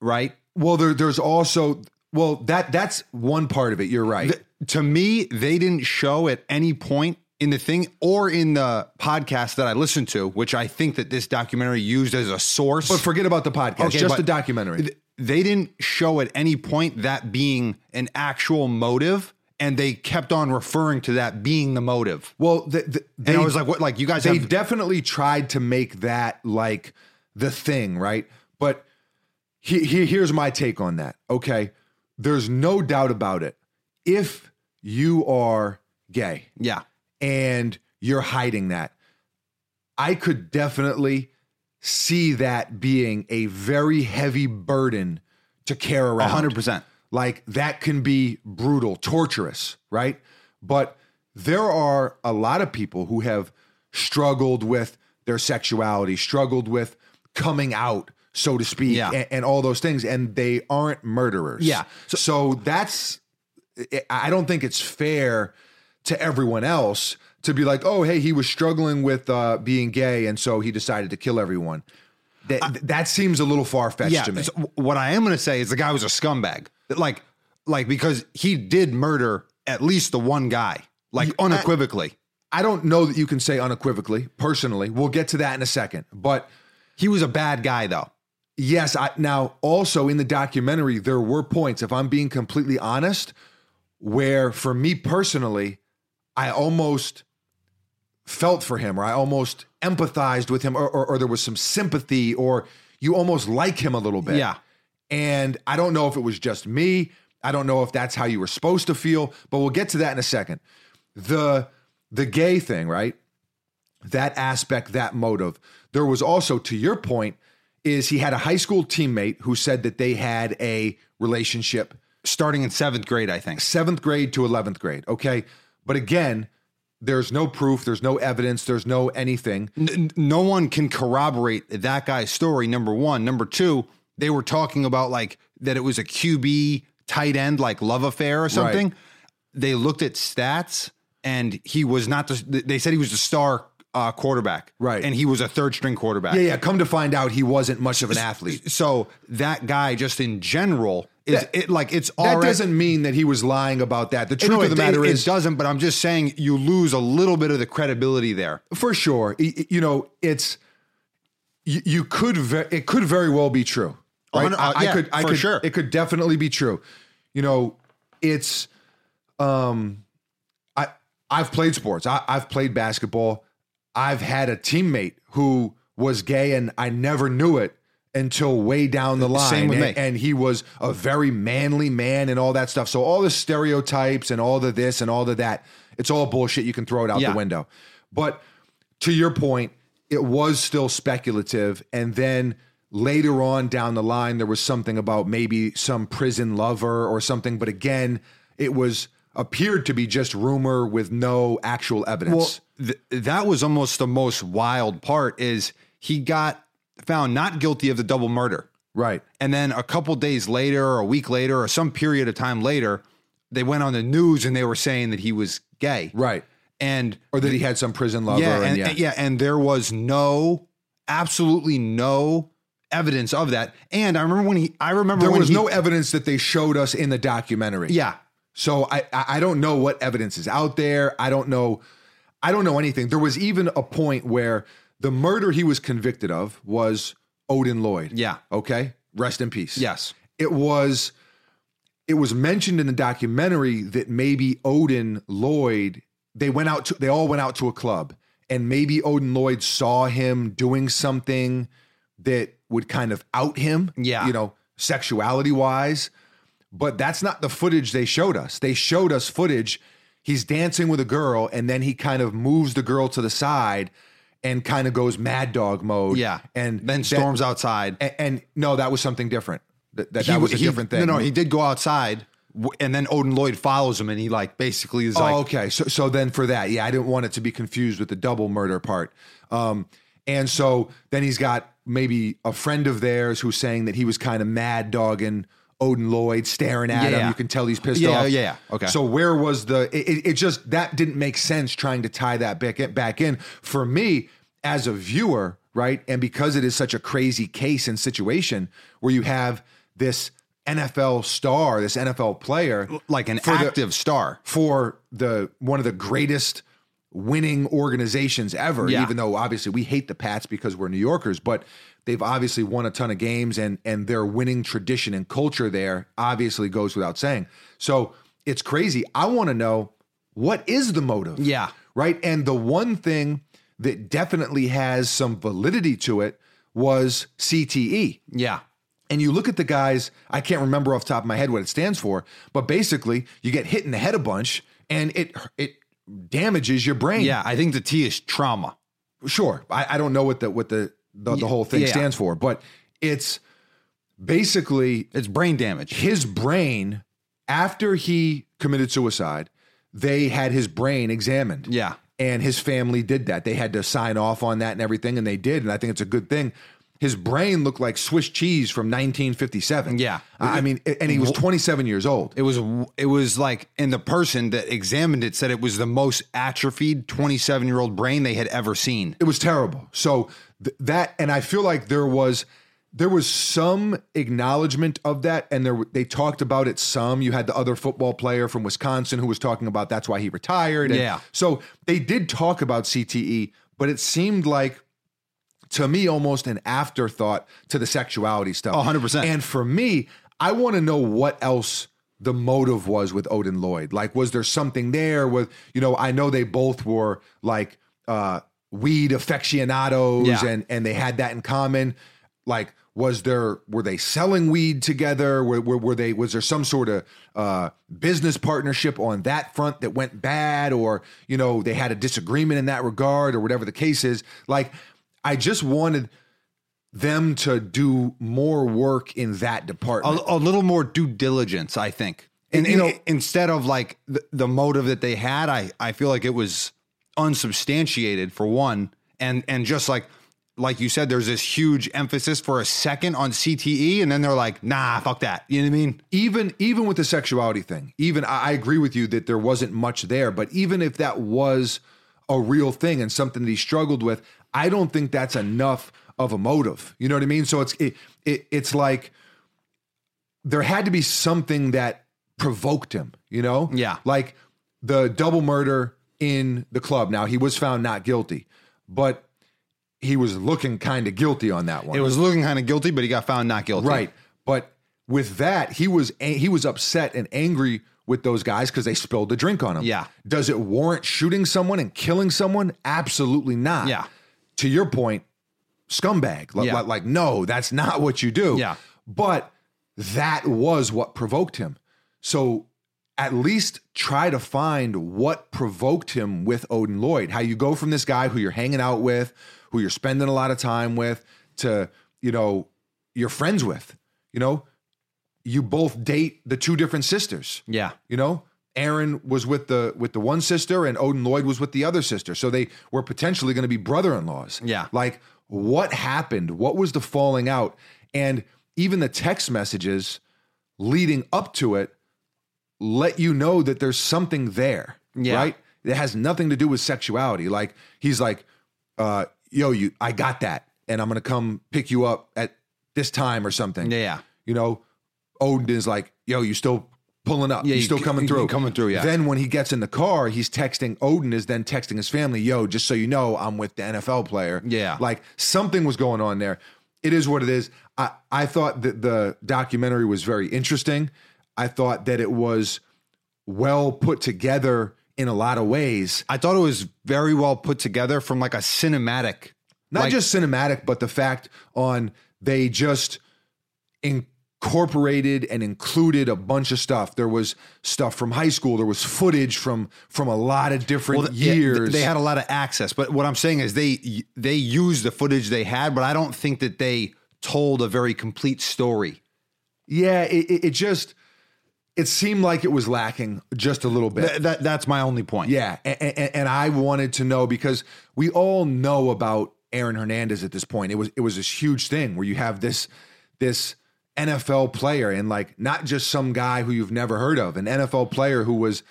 Speaker 3: right?
Speaker 2: Well, there, there's also well that that's one part of it. You're right.
Speaker 3: Th- to me, they didn't show at any point in the thing or in the podcast that I listened to, which I think that this documentary used as a source.
Speaker 2: But forget about the podcast,
Speaker 3: Okay,
Speaker 2: just
Speaker 3: but
Speaker 2: the documentary.
Speaker 3: th- they didn't show at any point that being an actual motive, and they kept on referring to that being the motive.
Speaker 2: well, the, the, they,
Speaker 3: and I was like, "What? Like you guys
Speaker 2: they
Speaker 3: have
Speaker 2: definitely tried to make that like the thing, right? But he, he, here's my take on that. Okay. There's no doubt about it. If you are gay,
Speaker 3: yeah,
Speaker 2: and you're hiding that. I could definitely see that being a very heavy burden to carry around.
Speaker 3: hundred percent."
Speaker 2: Like that can be brutal, torturous, right? But there are a lot of people who have struggled with their sexuality, struggled with coming out, so to speak,
Speaker 3: Yeah.
Speaker 2: and, and all those things, and they aren't murderers.
Speaker 3: Yeah.
Speaker 2: So, so that's, I- I don't think it's fair to everyone else to be like, oh, hey, he was struggling with uh, being gay, and so he decided to kill everyone. That that seems a little far fetched
Speaker 3: Yeah,
Speaker 2: to me.
Speaker 3: so what I am going to say is the guy was a scumbag. Like, like because he did murder at least the one guy, like unequivocally.
Speaker 2: I don't know that you can say unequivocally, personally. We'll get to that in a second. But
Speaker 3: he was a bad guy though.
Speaker 2: yes, I now also in the documentary, there were points, if I'm being completely honest, where for me personally, I almost felt for him or I almost empathized with him or, or, or there was some sympathy or you almost like him a little bit.
Speaker 3: Yeah.
Speaker 2: And I don't know if it was just me. I don't know if that's how you were supposed to feel, but we'll get to that in a second. The the gay thing, right? That aspect, that motive. There was also to your point is he had a high school teammate who said that they had a relationship
Speaker 3: Starting in seventh grade, I think.
Speaker 2: 7th grade to 11th grade, okay? But again, there's no proof, there's no evidence, there's no anything.
Speaker 3: N- no one can corroborate that guy's story. Number one, number two, they were talking about like that it was a QB tight end like love affair or something. They looked at stats, and he was not. The, they said he was the star uh, quarterback,
Speaker 2: Right.
Speaker 3: And he was a third string quarterback.
Speaker 2: Yeah, yeah, come to find out he wasn't much of an athlete.
Speaker 3: So that guy, just in general, is
Speaker 2: That-
Speaker 3: it like it's all
Speaker 2: That
Speaker 3: right-
Speaker 2: doesn't mean that he was lying about that. The truth
Speaker 3: No,
Speaker 2: of the
Speaker 3: it,
Speaker 2: matter
Speaker 3: it- it
Speaker 2: is,
Speaker 3: doesn't. But I'm just saying, you lose a little bit of the credibility there.
Speaker 2: for sure, y- y- you know, it's you, you could ve- it could very well be true.
Speaker 3: A
Speaker 2: Right?
Speaker 3: hundred-
Speaker 2: I,
Speaker 3: uh,
Speaker 2: I
Speaker 3: yeah,
Speaker 2: could, I
Speaker 3: for
Speaker 2: could,
Speaker 3: sure.
Speaker 2: it could definitely be true. You know, it's um, I I've played sports. I, I've played basketball. I've had a teammate who was gay and I never knew it until way down the line.
Speaker 3: Same with
Speaker 2: and,
Speaker 3: me.
Speaker 2: and he was a very manly man and all that stuff. So all the stereotypes and all the this and all the that, it's all bullshit. You can throw it out
Speaker 3: Yeah.
Speaker 2: the window. But to your point, it was still speculative. And then later on down the line, there was something about maybe some prison lover or something. But again, it was appeared to be just rumor with no actual evidence.
Speaker 3: Well, th- that was almost the most wild part is he got found not guilty of the double murder.
Speaker 2: right.
Speaker 3: And then a couple days later or a week later or some period of time later, they went on the news and they were saying that he was gay.
Speaker 2: Right.
Speaker 3: And
Speaker 2: Or that he had some prison lover.
Speaker 3: yeah,
Speaker 2: and,
Speaker 3: and,
Speaker 2: yeah.
Speaker 3: and- yeah, and there was no absolutely no evidence of that. And I remember when he I remember
Speaker 2: There
Speaker 3: when
Speaker 2: was
Speaker 3: he-
Speaker 2: no evidence that they showed us in the documentary.
Speaker 3: Yeah.
Speaker 2: So I I I don't know what evidence is out there. I don't know I don't know anything. There was even a point where the murder he was convicted of was Odin Lloyd.
Speaker 3: Yeah.
Speaker 2: Okay? Rest in peace.
Speaker 3: Yes.
Speaker 2: It was it was mentioned in the documentary that maybe Odin Lloyd they went out to they all went out to a club and maybe Odin Lloyd saw him doing something that would kind of out him,
Speaker 3: Yeah.
Speaker 2: you know, sexuality wise. But that's not the footage they showed us. They showed us footage. He's dancing with a girl, and then he kind of moves the girl to the side and kind of goes mad dog mode.
Speaker 3: Yeah.
Speaker 2: And
Speaker 3: then
Speaker 2: that-
Speaker 3: storms outside.
Speaker 2: and, and no, that was something different. That, that, that was a
Speaker 3: he-
Speaker 2: different thing.
Speaker 3: No, no, he did go outside, w- and then Odin Lloyd follows him, and he like basically is
Speaker 2: Oh,
Speaker 3: like,
Speaker 2: okay. So, so then for that, yeah, I didn't want it to be confused with the double murder part. Um, and so then he's got maybe a friend of theirs who's saying that he was kind of mad dogging Odin Lloyd, staring at
Speaker 3: Yeah.
Speaker 2: him. You can tell he's pissed
Speaker 3: Yeah,
Speaker 2: off.
Speaker 3: yeah, yeah. Okay.
Speaker 2: So where was the? It, it- it just that didn't make sense trying to tie that back in, back in for me as a viewer, right? And because it is such a crazy case and situation where you have this NFL star, this NFL player,
Speaker 3: like an
Speaker 2: For the-
Speaker 3: active star.
Speaker 2: for the one of the greatest winning organizations ever
Speaker 3: Yeah.
Speaker 2: even though obviously we hate the Pats because we're New Yorkers but they've obviously won a ton of games and and their winning tradition and culture there obviously goes without saying so it's crazy i want to know what is the motive
Speaker 3: Yeah.
Speaker 2: right and the one thing that definitely has some validity to it was E. CTE
Speaker 3: Yeah,
Speaker 2: and you look at the guys, I can't remember off the top of my head what it stands for, but basically you get hit in the head a bunch and it it damages your brain.
Speaker 3: yeah. I think the T is trauma.
Speaker 2: Sure. I, I don't know what the what the the, the whole thing
Speaker 3: yeah.
Speaker 2: stands for, but it's basically
Speaker 3: It's brain damage.
Speaker 2: his brain after he committed suicide, they had his brain examined
Speaker 3: Yeah,
Speaker 2: and his family did that. They had to sign off on that and everything, and they did, and I think it's a good thing. His brain looked like Swiss cheese from 1957.
Speaker 3: Yeah.
Speaker 2: I I mean, and he was 27 years old.
Speaker 3: it was. It was like, and the person that examined it said it was the most atrophied 27 year old brain they had ever seen.
Speaker 2: It was terrible. So th- that, and I feel like there was there was some acknowledgement of that, and there were- they talked about it some. You had the other football player from Wisconsin who was talking about that's why he retired. And
Speaker 3: Yeah.
Speaker 2: So they did talk about CTE, but it seemed like to me almost an afterthought to the sexuality stuff.
Speaker 3: 100%.
Speaker 2: And for me, I want to know what else the motive was with Odin Lloyd. Like, was there something there with, you know, I know they both were like uh weed aficionados
Speaker 3: Yeah.
Speaker 2: and and they had that in common. Like, was there were they selling weed together? Were were, were they was there some sort of uh business partnership on that front that went bad or, you know, they had a disagreement in that regard or whatever the case is? Like, I just wanted them to do more work in that
Speaker 3: A,
Speaker 2: department.
Speaker 3: a little more due diligence, I think. And,
Speaker 2: You
Speaker 3: and-
Speaker 2: know-
Speaker 3: instead of like the, the motive that they had, I I feel like it was unsubstantiated for one, and and just like like you said, there's this huge emphasis for a second on CTE, and then they're like, nah, fuck that. You know what I mean?
Speaker 2: even even with the sexuality thing, even I, I agree with you that there wasn't much there, but even if that was a real thing and something that he struggled with, I don't think that's enough of a motive. You know what I mean? So it's it, it it's like there had to be something that provoked him, you know?
Speaker 3: Yeah.
Speaker 2: Like the double murder in the club. Now he was found not guilty, but he was looking kind of guilty on that one.
Speaker 3: It was looking kind of guilty, but he got found not guilty.
Speaker 2: Right. But with that, he was he was upset and angry with those guys because they spilled the drink on them.
Speaker 3: Yeah.
Speaker 2: Does it warrant shooting someone and killing someone? Absolutely not.
Speaker 3: Yeah.
Speaker 2: To your point, scumbag. Like,
Speaker 3: Yeah.
Speaker 2: like, like, no, that's not what you do.
Speaker 3: Yeah.
Speaker 2: But that was what provoked him. So at least try to find what provoked him with Odin Lloyd. How you go from this guy who you're hanging out with, who you're spending a lot of time with, to, you know, you're friends with. You know, you both date the two different sisters
Speaker 3: Yeah.
Speaker 2: you know aaron was with the with the one sister and odin lloyd was with the other sister so they were potentially going to be brother-in-laws
Speaker 3: Yeah.
Speaker 2: like what happened what was the falling out and even the text messages leading up to it let you know that there's something there
Speaker 3: Yeah.
Speaker 2: right it has nothing to do with sexuality like he's like uh yo you i got that and i'm going to come pick you up at this time or something
Speaker 3: Yeah. Yeah.
Speaker 2: you know, Odin is like, yo, you still pulling up.
Speaker 3: Yeah,
Speaker 2: you
Speaker 3: you-
Speaker 2: still coming
Speaker 3: you-
Speaker 2: through.
Speaker 3: you coming through, yeah.
Speaker 2: Then when he gets in the car, he's texting Odin is then texting his family, yo, just so you know, I'm with the NFL player.
Speaker 3: Yeah.
Speaker 2: Like something was going on there. It is what it is. I, I thought that the documentary was very interesting. I thought that it was well put together in a lot of ways.
Speaker 3: I thought it was very well put together from like a cinematic.
Speaker 2: not
Speaker 3: Like-
Speaker 2: just cinematic, but the fact on they just incorporated and included a bunch of stuff. There was stuff from high school. There was footage from from a lot of different
Speaker 3: Well, th- yeah, th-
Speaker 2: years.
Speaker 3: they had a lot of access, but what I'm saying is they they used the footage they had, but I don't think that they told a very complete story.
Speaker 2: yeah, it, it, it just it seemed like it was lacking just a little bit.
Speaker 3: Th- that that's my only point.
Speaker 2: Yeah, and, and, and I wanted to know because we all know about Aaron Hernandez at this point. It was it was this huge thing where you have this this NFL player and like not just some guy who you've never heard of, an NFL player who was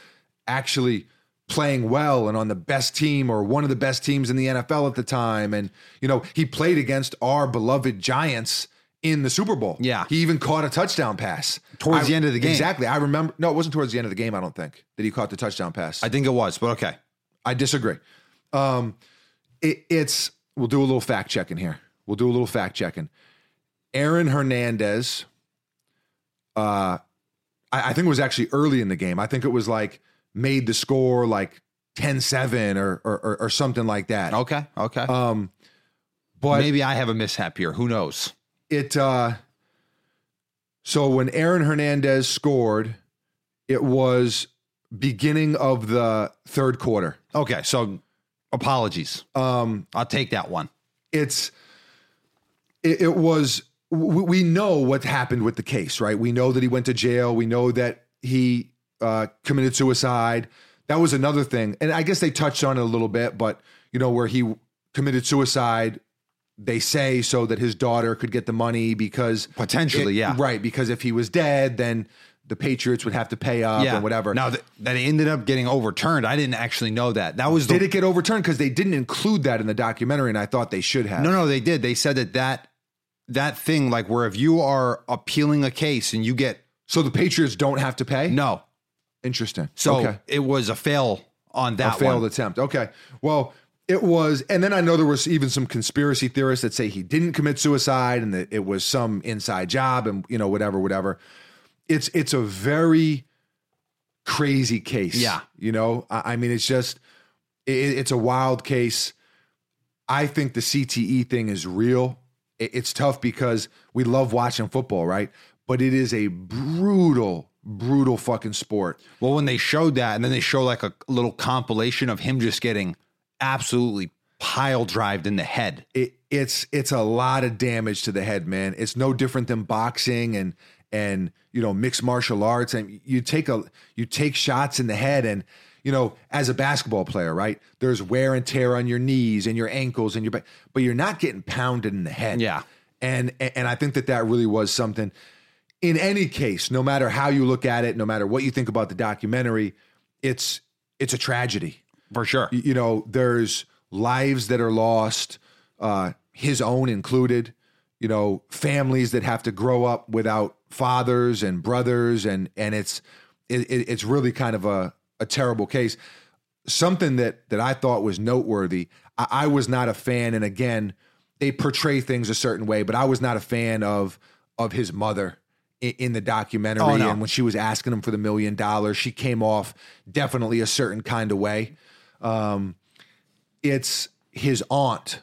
Speaker 2: actually playing well and on the best team or one of the best teams in the NFL at the time and you know he played against our beloved Giants in the Super Bowl.
Speaker 3: Yeah.
Speaker 2: He even caught a touchdown pass
Speaker 3: Towards
Speaker 2: I-
Speaker 3: the end of the game.
Speaker 2: Exactly. I remember no, it wasn't towards the end of the game, I don't think, that he caught the touchdown pass.
Speaker 3: I think it was, but okay.
Speaker 2: I disagree. Um, it, it's we'll do a little fact checking here. We'll do a little fact checking. Aaron Hernandez, uh, I, I think it was actually early in the game. I think it was like made the score like 10-7 or or, or, or something like that.
Speaker 3: Okay. Okay.
Speaker 2: Um, but
Speaker 3: Maybe I have a mishap here. Who knows?
Speaker 2: it uh so when Aaron Hernandez scored, it was beginning of the third quarter.
Speaker 3: Okay. So apologies.
Speaker 2: Um
Speaker 3: I'll take that one.
Speaker 2: it's it, it was we, we know what happened with the case right we know that he went to jail we know that he uh, committed suicide that was another thing and i guess they touched on it a little bit but you know where he committed suicide they say so that his daughter could get the money because
Speaker 3: Potentially,
Speaker 2: it-
Speaker 3: yeah.
Speaker 2: right because if he was dead then the patriots would have to pay up and whatever
Speaker 3: Now that, that it ended up getting overturned, I didn't actually know that. That was the
Speaker 2: did it get overturned because they didn't include that in the documentary and i thought they should have
Speaker 3: No, no, they did. They said that that that thing, like where if you are appealing a case and you get
Speaker 2: so the patriots don't have to pay
Speaker 3: no,
Speaker 2: interesting
Speaker 3: so
Speaker 2: okay.
Speaker 3: it was a fail on
Speaker 2: a
Speaker 3: that
Speaker 2: failed
Speaker 3: one.
Speaker 2: attempt. Okay. Well, it was, and then I know there was even some conspiracy theorists that say he didn't commit suicide and that it was some inside job and you know whatever, whatever. It's it's a very crazy case.
Speaker 3: Yeah.
Speaker 2: You know, I, I mean, it's just it, it's a wild case. I think the CTE thing is real. It- it's tough because we love watching football, right? But it is a brutal, brutal fucking sport.
Speaker 3: Well, when they showed that, and then they show like a little compilation of him just getting absolutely pile drived in the head.
Speaker 2: it, it's it's a lot of damage to the head, man. It's no different than boxing and and you know mixed martial arts, and you take a you take shots in the head, and you know as a basketball player, right? There's wear and tear on your knees and your ankles and your back, but you're not getting pounded in the head.
Speaker 3: Yeah.
Speaker 2: and and I think that that really was something. In any case, no matter how you look at it, no matter what you think about the documentary, it's it's a tragedy
Speaker 3: For sure.
Speaker 2: you know there's lives that are lost uh his own included you know families that have to grow up without fathers and brothers and and it's it, it- it's really kind of a a terrible case something that that i thought was noteworthy I, I was not a fan and again they portray things a certain way but i was not a fan of of his mother i- in the documentary
Speaker 3: Oh, no.
Speaker 2: and when she was asking him for the million dollars she came off definitely a certain kind of way um it's his aunt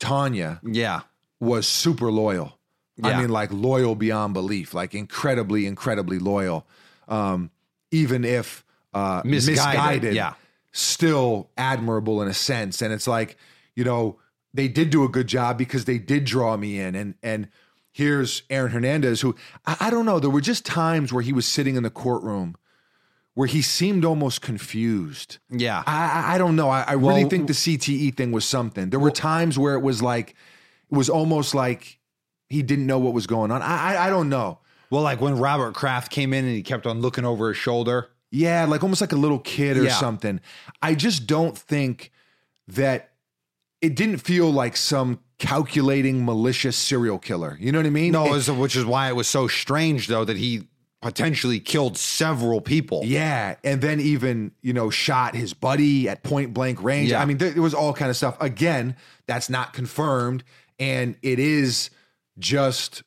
Speaker 2: tanya
Speaker 3: Yeah.
Speaker 2: was super loyal.
Speaker 3: Yeah.
Speaker 2: I mean, like loyal beyond belief, like incredibly, incredibly loyal. Um, even if uh,
Speaker 3: Misguided,
Speaker 2: misguided,
Speaker 3: yeah.
Speaker 2: still admirable in a sense. And it's like, you know, they did do a good job because they did draw me in. And and here's Aaron Hernandez, who I, I don't know. There were just times where he was sitting in the courtroom where he seemed almost confused.
Speaker 3: Yeah.
Speaker 2: I, I- I don't know. I, I really
Speaker 3: Well-
Speaker 2: think the CTE thing was something. There were times where it was like, it was almost like he didn't know what was going on. I, I, I don't know.
Speaker 3: Well, like when Robert Kraft came in and he kept on looking over his shoulder.
Speaker 2: Yeah, like almost like a little kid or
Speaker 3: Yeah.
Speaker 2: something. I just don't think that it didn't feel like some calculating, malicious serial killer. You know what I mean?
Speaker 3: No,
Speaker 2: It-
Speaker 3: it was- which is why it was so strange though that he potentially killed several people.
Speaker 2: Yeah, and then even you know shot his buddy at point blank range.
Speaker 3: Yeah.
Speaker 2: I mean, there, it was all kind of stuff. Again, that's not confirmed, and it is just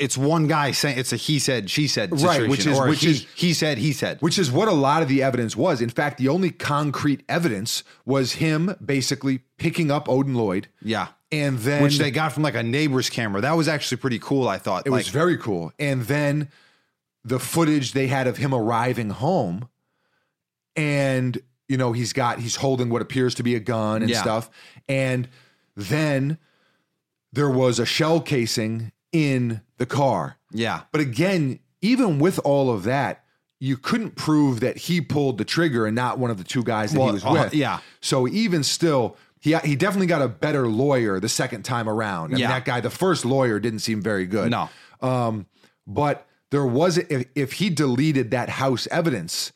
Speaker 3: It's one guy saying it's a he said she said
Speaker 2: Right,
Speaker 3: situation,
Speaker 2: which is-
Speaker 3: or a
Speaker 2: which
Speaker 3: he,
Speaker 2: is-
Speaker 3: he said he said.
Speaker 2: which is what a lot of the evidence was. In fact, the only concrete evidence was him basically picking up Odin Lloyd,
Speaker 3: yeah.
Speaker 2: and then
Speaker 3: which they got from like a neighbor's camera. That was actually pretty cool, I thought.
Speaker 2: It
Speaker 3: like,
Speaker 2: was very cool. And then the footage they had of him arriving home and you know he's got he's holding what appears to be a gun and
Speaker 3: Yeah.
Speaker 2: stuff and then there was a shell casing in the car.
Speaker 3: yeah.
Speaker 2: But again, even with all of that, you couldn't prove that he pulled the trigger and not one of the two guys that
Speaker 3: Well,
Speaker 2: he was
Speaker 3: uh,
Speaker 2: with.
Speaker 3: yeah.
Speaker 2: So even still, he he definitely got a better lawyer the second time around. I mean,
Speaker 3: Yeah.
Speaker 2: that guy, the first lawyer, didn't seem very good.
Speaker 3: No.
Speaker 2: Um, but there was if if he deleted that house evidence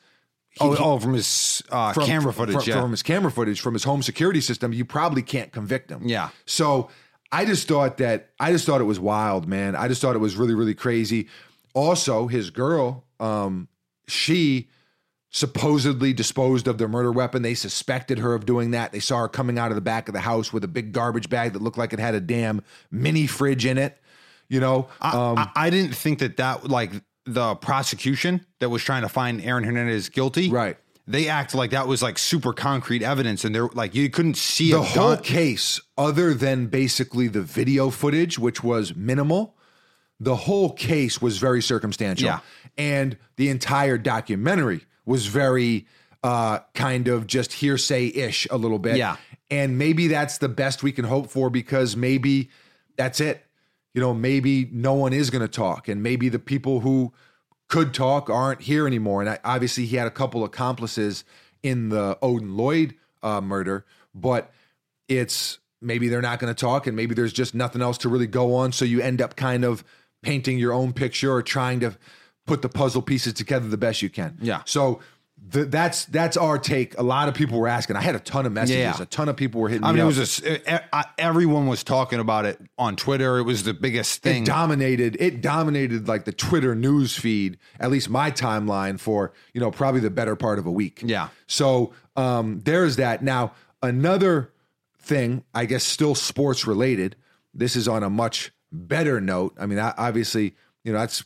Speaker 3: oh, oh, from his uh, camera footage.
Speaker 2: from,
Speaker 3: yeah.
Speaker 2: from his camera footage from his home security system, you probably can't convict him.
Speaker 3: Yeah.
Speaker 2: So I just thought that I just thought it was wild, man. I just thought it was really really crazy. Also, his girl, um, she supposedly disposed of their murder weapon. They suspected her of doing that. They saw her coming out of the back of the house with a big garbage bag that looked like it had a damn mini fridge in it. You know,
Speaker 3: I, I, I didn't think that that like the prosecution that was trying to find Aaron Hernandez guilty.
Speaker 2: Right.
Speaker 3: They acted like that was like super concrete evidence, and they're like you couldn't see
Speaker 2: the
Speaker 3: a
Speaker 2: whole
Speaker 3: gun.
Speaker 2: case other than basically the video footage which was minimal the whole case was very circumstantial
Speaker 3: Yeah.
Speaker 2: and the entire documentary was very uh kind of just hearsay-ish a little bit
Speaker 3: Yeah.
Speaker 2: and maybe that's the best we can hope for because maybe that's it you know maybe no one is going to talk and maybe the people who could talk aren't here anymore and I, obviously he had a couple accomplices in the odin lloyd uh, murder but it's maybe they're not going to talk and maybe there's just nothing else to really go on so you end up kind of painting your own picture or trying to put the puzzle pieces together the best you can
Speaker 3: Yeah.
Speaker 2: so th- that's that's our take a lot of people were asking i had a ton of messages
Speaker 3: Yeah.
Speaker 2: a ton of people were hitting
Speaker 3: I
Speaker 2: me
Speaker 3: mean, it
Speaker 2: up.
Speaker 3: was just e, everyone was talking about it on Twitter. It was the biggest thing.
Speaker 2: It dominated. It dominated like the Twitter news feed, at least my timeline for you know probably the better part of a week.
Speaker 3: Yeah.
Speaker 2: So um, there's that. Now another thing, I guess, still sports related. This is on a much better note. I mean, I, obviously, you know that's.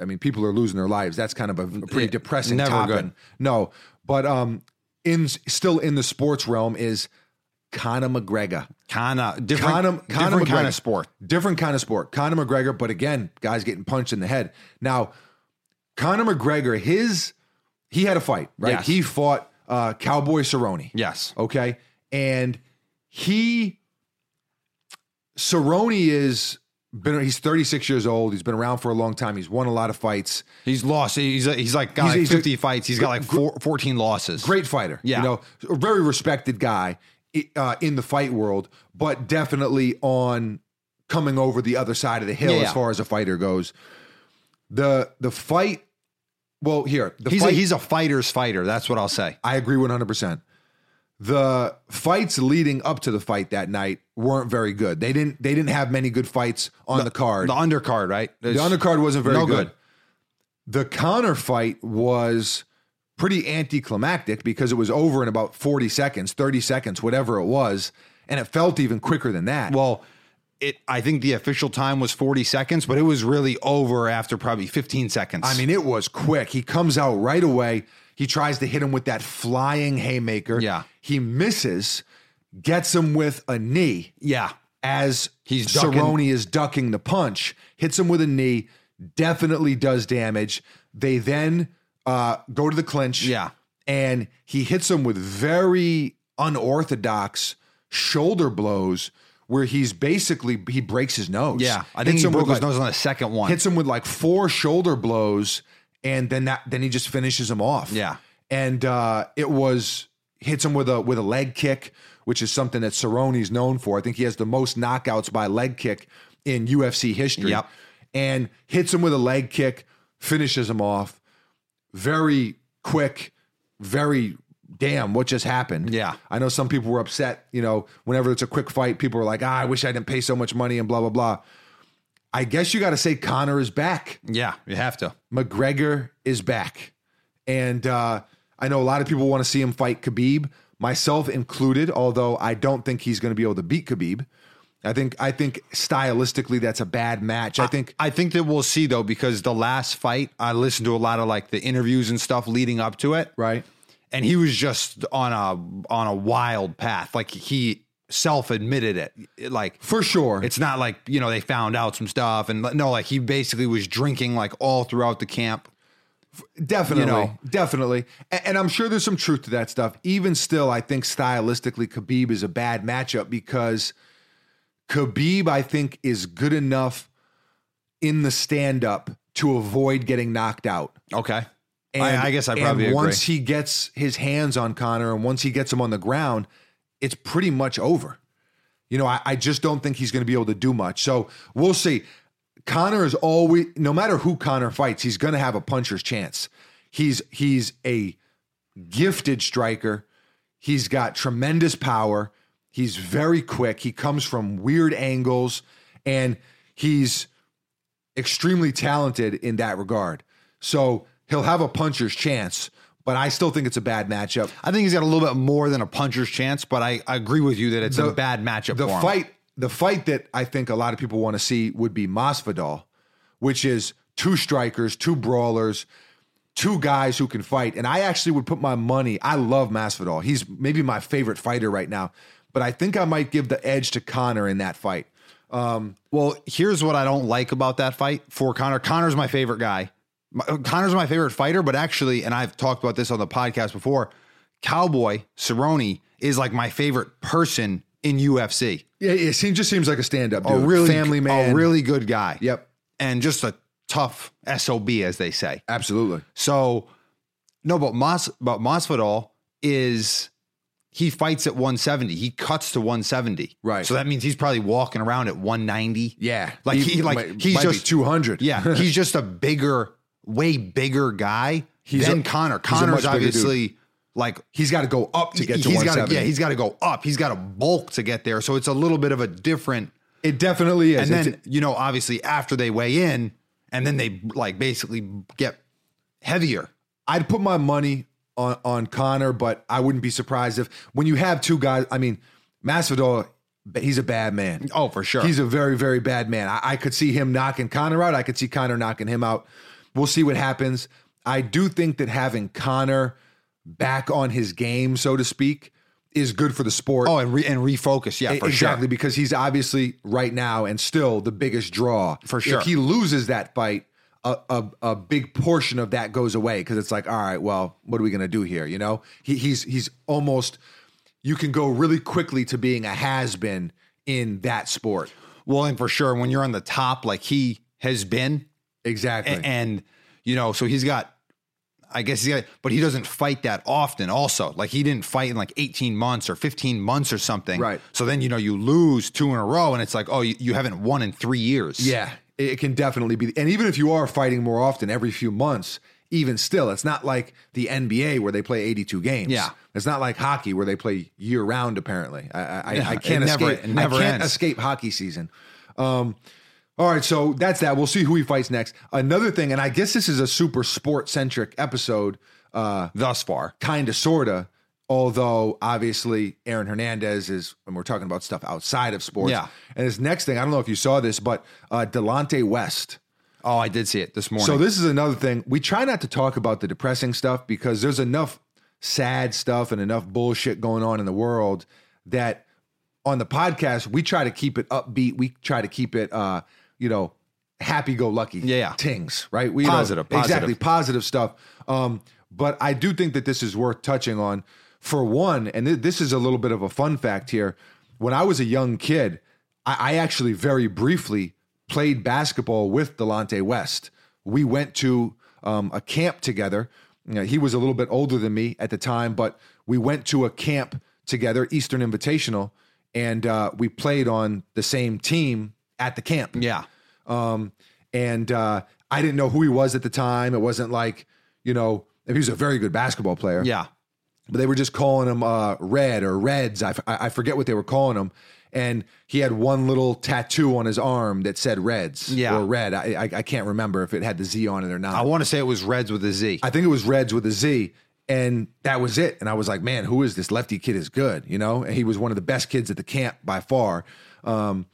Speaker 2: I mean, people are losing their lives. That's kind of a, a pretty depressing
Speaker 3: never
Speaker 2: topic.
Speaker 3: good.
Speaker 2: No, but um, in still in the sports realm is Conor McGregor
Speaker 3: kind of different,
Speaker 2: Conor- Conor
Speaker 3: different kind
Speaker 2: McGregor.
Speaker 3: of sport.
Speaker 2: different kind of sport. Conor McGregor, but again, guys getting punched in the head. Now, Conor McGregor, his he had a fight, right?
Speaker 3: Yes.
Speaker 2: He fought uh, Cowboy Cerrone.
Speaker 3: Yes.
Speaker 2: Okay, and he Cerrone is been he's 36 years old. He's been around for a long time. He's won a lot of fights.
Speaker 3: He's lost. He's he's like
Speaker 2: He's-
Speaker 3: got like
Speaker 2: he's a-
Speaker 3: 50 fights. He's got like four, 14 losses.
Speaker 2: Great fighter.
Speaker 3: Yeah.
Speaker 2: You know, a very respected guy i- uh, in the fight world, but definitely on coming over the other side of the hill
Speaker 3: Yeah, yeah.
Speaker 2: as far as a fighter goes. The the fight well, here, the
Speaker 3: He's a,
Speaker 2: fight
Speaker 3: he's a fighter's fighter. That's what I'll say.
Speaker 2: I agree 100%. The fights leading up to the fight that night weren't very good. They didn't they didn't have many good fights on the, card.
Speaker 3: The undercard, right?
Speaker 2: The undercard wasn't very
Speaker 3: no
Speaker 2: good.
Speaker 3: good.
Speaker 2: The Connor fight was pretty anticlimactic because it was over in about 40 seconds, 30 seconds, whatever it was. And it felt even quicker than that.
Speaker 3: Well, it I think the official time was 40 seconds, but it was really over after probably 15 seconds.
Speaker 2: I mean, it was quick. He comes out right away. He tries to hit him with that flying haymaker.
Speaker 3: Yeah.
Speaker 2: He misses, gets him with a knee
Speaker 3: yeah.
Speaker 2: as
Speaker 3: He's ducking.
Speaker 2: Cerrone is ducking the punch, hits him with a knee, definitely does damage. They then uh, go to the clinch.
Speaker 3: Yeah.
Speaker 2: And he hits him with very unorthodox shoulder blows where he's basically, he breaks his nose.
Speaker 3: Yeah. I
Speaker 2: Hits
Speaker 3: think he
Speaker 2: him with
Speaker 3: broke his
Speaker 2: like-
Speaker 3: nose on the second one.
Speaker 2: hits him with like four shoulder blows and then that then he just finishes him off
Speaker 3: Yeah.
Speaker 2: and uh it was hits him with a with a leg kick which is something that Cerrone's known for i think he has the most knockouts by leg kick in ufc history
Speaker 3: Yep.
Speaker 2: and hits him with a leg kick finishes him off very quick very damn what just happened
Speaker 3: Yeah.
Speaker 2: i know some people were upset you know whenever it's a quick fight people are like ah, i wish i didn't pay so much money and blah blah blah I guess you got to say Connor is back.
Speaker 3: yeah, you have to.
Speaker 2: McGregor is back. And uh, I know a lot of people want to see him fight Khabib, myself included, although I don't think he's going to be able to beat Khabib. I think I think stylistically that's a bad match. I think
Speaker 3: I think that we'll see though, because the last fight, I listened to a lot of like the interviews and stuff leading up to it.
Speaker 2: right.
Speaker 3: and he was just on a on a wild path like he self admitted it. It, like
Speaker 2: For sure.
Speaker 3: it's not like you know they found out some stuff and no like he basically was drinking like all throughout the camp
Speaker 2: Definitely,
Speaker 3: You know.
Speaker 2: definitely, A- and, I'm sure there's some truth to that stuff. Even still, I think stylistically, Khabib is a bad matchup because Khabib, I think, is good enough in the stand up to avoid getting knocked out.
Speaker 3: okay I, I guess I probably
Speaker 2: and
Speaker 3: agree
Speaker 2: once he gets his hands on Connor and once he gets him on the ground, it's pretty much over. You know, I, I just don't think he's going to be able to do much. So we'll see. Connor is always, no matter who Connor fights, he's going to have a puncher's chance. He's he's a gifted striker. He's got tremendous power. He's very quick. He comes from weird angles, and he's extremely talented in that regard. So he'll have a puncher's chance, but I still think it's a bad matchup.
Speaker 3: I think he's got a little bit more than a puncher's chance but I, I agree with you that it's a bad matchup
Speaker 2: The
Speaker 3: for him.
Speaker 2: fight, the fight that I think a lot of people want to see would be Masvidal, which is two strikers, two brawlers, two guys who can fight. And I actually would put my money. I love Masvidal. He's maybe my favorite fighter right now, but I think I might give the edge to Connor in that fight.
Speaker 3: Well, here's what I don't like about that fight for Connor. Connor's my favorite guy. My, Connor's my favorite fighter, but actually, and I've talked about this on the podcast before, Cowboy Cerrone is like my favorite person in UFC.
Speaker 2: Yeah, it seems, just seems like a stand-up dude.
Speaker 3: a really
Speaker 2: family man.
Speaker 3: a really good guy.
Speaker 2: Yep,
Speaker 3: and just a tough sob, as they say.
Speaker 2: absolutely.
Speaker 3: So, no, but Mas but Masvidal is he fights at 170. He cuts to 170.
Speaker 2: Right.
Speaker 3: So that means he's probably walking around at 190.
Speaker 2: Yeah,
Speaker 3: Like he, like
Speaker 2: might-
Speaker 3: he's
Speaker 2: might be
Speaker 3: just
Speaker 2: 200.
Speaker 3: yeah, he's just a bigger, way bigger guy
Speaker 2: He's
Speaker 3: than
Speaker 2: a-
Speaker 3: Connor.
Speaker 2: he's a much
Speaker 3: Connor's
Speaker 2: bigger dude.
Speaker 3: obviously like
Speaker 2: he's got to go up to get to
Speaker 3: he's got
Speaker 2: 170.
Speaker 3: yeah, he's got to go up. He's got to bulk to get there. So it's a little bit of a different.
Speaker 2: it definitely is.
Speaker 3: And
Speaker 2: It's-
Speaker 3: then you know, obviously, after they weigh in, and then they like basically get heavier.
Speaker 2: I'd put my money on on Connor, but I wouldn't be surprised if when you have two guys. I mean, Masvidal, he's a bad man.
Speaker 3: Oh, for sure.
Speaker 2: He's a very, very bad man. I, I could see him knocking Connor out. I could see Connor knocking him out. We'll see what happens. I do think that having Connor back on his game, so to speak, is good for the sport.
Speaker 3: oh, and re- and refocus. Yeah, for
Speaker 2: E, exactly
Speaker 3: sure.
Speaker 2: because he's obviously right now and still the biggest draw
Speaker 3: For sure.
Speaker 2: If he loses that fight, a a, a big portion of that goes away because it's like, all right, well, what are we gonna do here? You know, he, he's he's almost you can go really quickly to being a has been in that sport.
Speaker 3: Well, and for sure, when you're on the top, like he has been,
Speaker 2: Exactly.
Speaker 3: a- and you know, so he's got. I guess he's got, but he doesn't fight that often. Also, like he didn't fight in like 18 months or 15 months or something.
Speaker 2: Right.
Speaker 3: So then you know you lose two in a row, and it's like, oh, you, you haven't won in three years.
Speaker 2: Yeah, it it can definitely be. And even if you are fighting more often every few months, even still, it's not like the NBA where they play 82 games.
Speaker 3: Yeah.
Speaker 2: It's not like hockey where they play year round, apparently. I, I, I-
Speaker 3: Yeah,
Speaker 2: I
Speaker 3: it
Speaker 2: can't
Speaker 3: never-
Speaker 2: escape.
Speaker 3: it never
Speaker 2: I can't
Speaker 3: ends.
Speaker 2: escape hockey season. Um, all right, so that's that. We'll see who he fights next. Another thing, and I guess this is a super sport centric episode, uh,
Speaker 3: Thus far,
Speaker 2: kind of, sorta, Although obviously Aaron Hernandez is, and we're talking about stuff outside of sports.
Speaker 3: Yeah.
Speaker 2: And this next thing, I don't know if you saw this, but uh, Delonte West.
Speaker 3: Oh, I did see it this morning.
Speaker 2: So this is another thing. We try not to talk about the depressing stuff because there's enough sad stuff and enough bullshit going on in the world that on the podcast we try to keep it upbeat. We try to keep it uh, you know, happy go lucky.
Speaker 3: Yeah, yeah.
Speaker 2: Tings, right? We
Speaker 3: Positive,
Speaker 2: know,
Speaker 3: positive.
Speaker 2: Exactly, positive stuff. Um, but I do think that this is worth touching on. For one, and th- this is a little bit of a fun fact here. When I was a young kid, I, I actually very briefly played basketball with Delonte West. We went to um, a camp together. You know, he was a little bit older than me at the time, but we went to a camp together, Eastern Invitational, and uh, we played on the same team at the camp
Speaker 3: yeah.
Speaker 2: um, and uh, I didn't know who he was at the time. It wasn't like you know he was a very good basketball player.
Speaker 3: Yeah.
Speaker 2: but they were just calling him uh, Red or Reds. I, f- I- I forget what they were calling him. And he had one little tattoo on his arm that said Reds
Speaker 3: Yeah.
Speaker 2: or Red. I, I I can't remember if it had the Z on it or not.
Speaker 3: I want to say it was Reds with a Z.
Speaker 2: I think it was Reds with a Z, and that was it. And I was like, man, who is this lefty kid? Is good, you know. And he was one of the best kids at the camp by far. Um,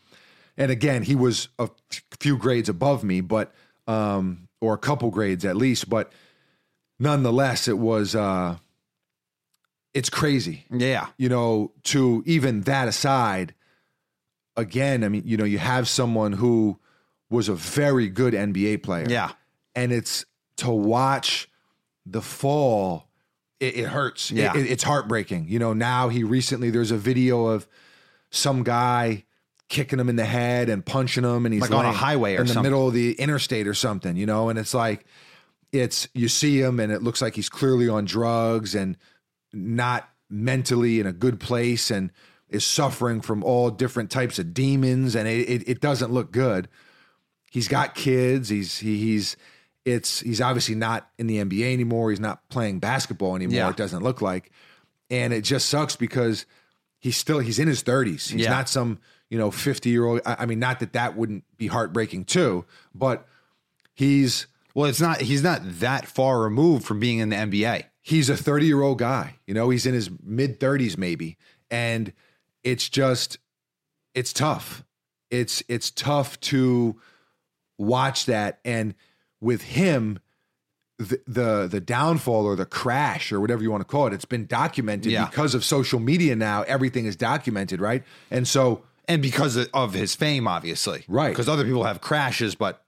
Speaker 2: and again, he was a f- few grades above me, but um, or a couple grades at least. But nonetheless, it was uh, it's crazy
Speaker 3: yeah.
Speaker 2: you know, to even that aside, again, I mean, you know, you have someone who was a very good NBA player.
Speaker 3: Yeah.
Speaker 2: And it's to watch the fall, it, it hurts. It-
Speaker 3: Yeah.
Speaker 2: it- it's heartbreaking. You know, now he recently, there's a video of some guy kicking him in the head and punching him, and he's
Speaker 3: Like on a
Speaker 2: laying
Speaker 3: highway or
Speaker 2: in the
Speaker 3: something.
Speaker 2: middle of the interstate or something, you know, and it's like, it's you see him and it looks like he's clearly on drugs and not mentally in a good place and is suffering from all different types of demons and it, it, it doesn't look good he's got kids he's he, he's it's he's obviously not in the nba anymore he's not playing basketball anymore
Speaker 3: Yeah.
Speaker 2: it doesn't look like and it just sucks because he's still he's in his 30s he's
Speaker 3: Yeah.
Speaker 2: not some you know 50 year old I, I mean not that that wouldn't be heartbreaking too but he's
Speaker 3: Well, it's not. He's not that far removed from being in the NBA.
Speaker 2: he's a 30 year old guy you know he's in his mid 30s maybe and it's just it's tough it's it's tough to watch that and with him the the, the downfall or the crash or whatever you want to call it it's been documented
Speaker 3: Yeah.
Speaker 2: because of social media now everything is documented right and so
Speaker 3: and because of- of his fame, obviously,
Speaker 2: Right.
Speaker 3: Because other people have crashes, but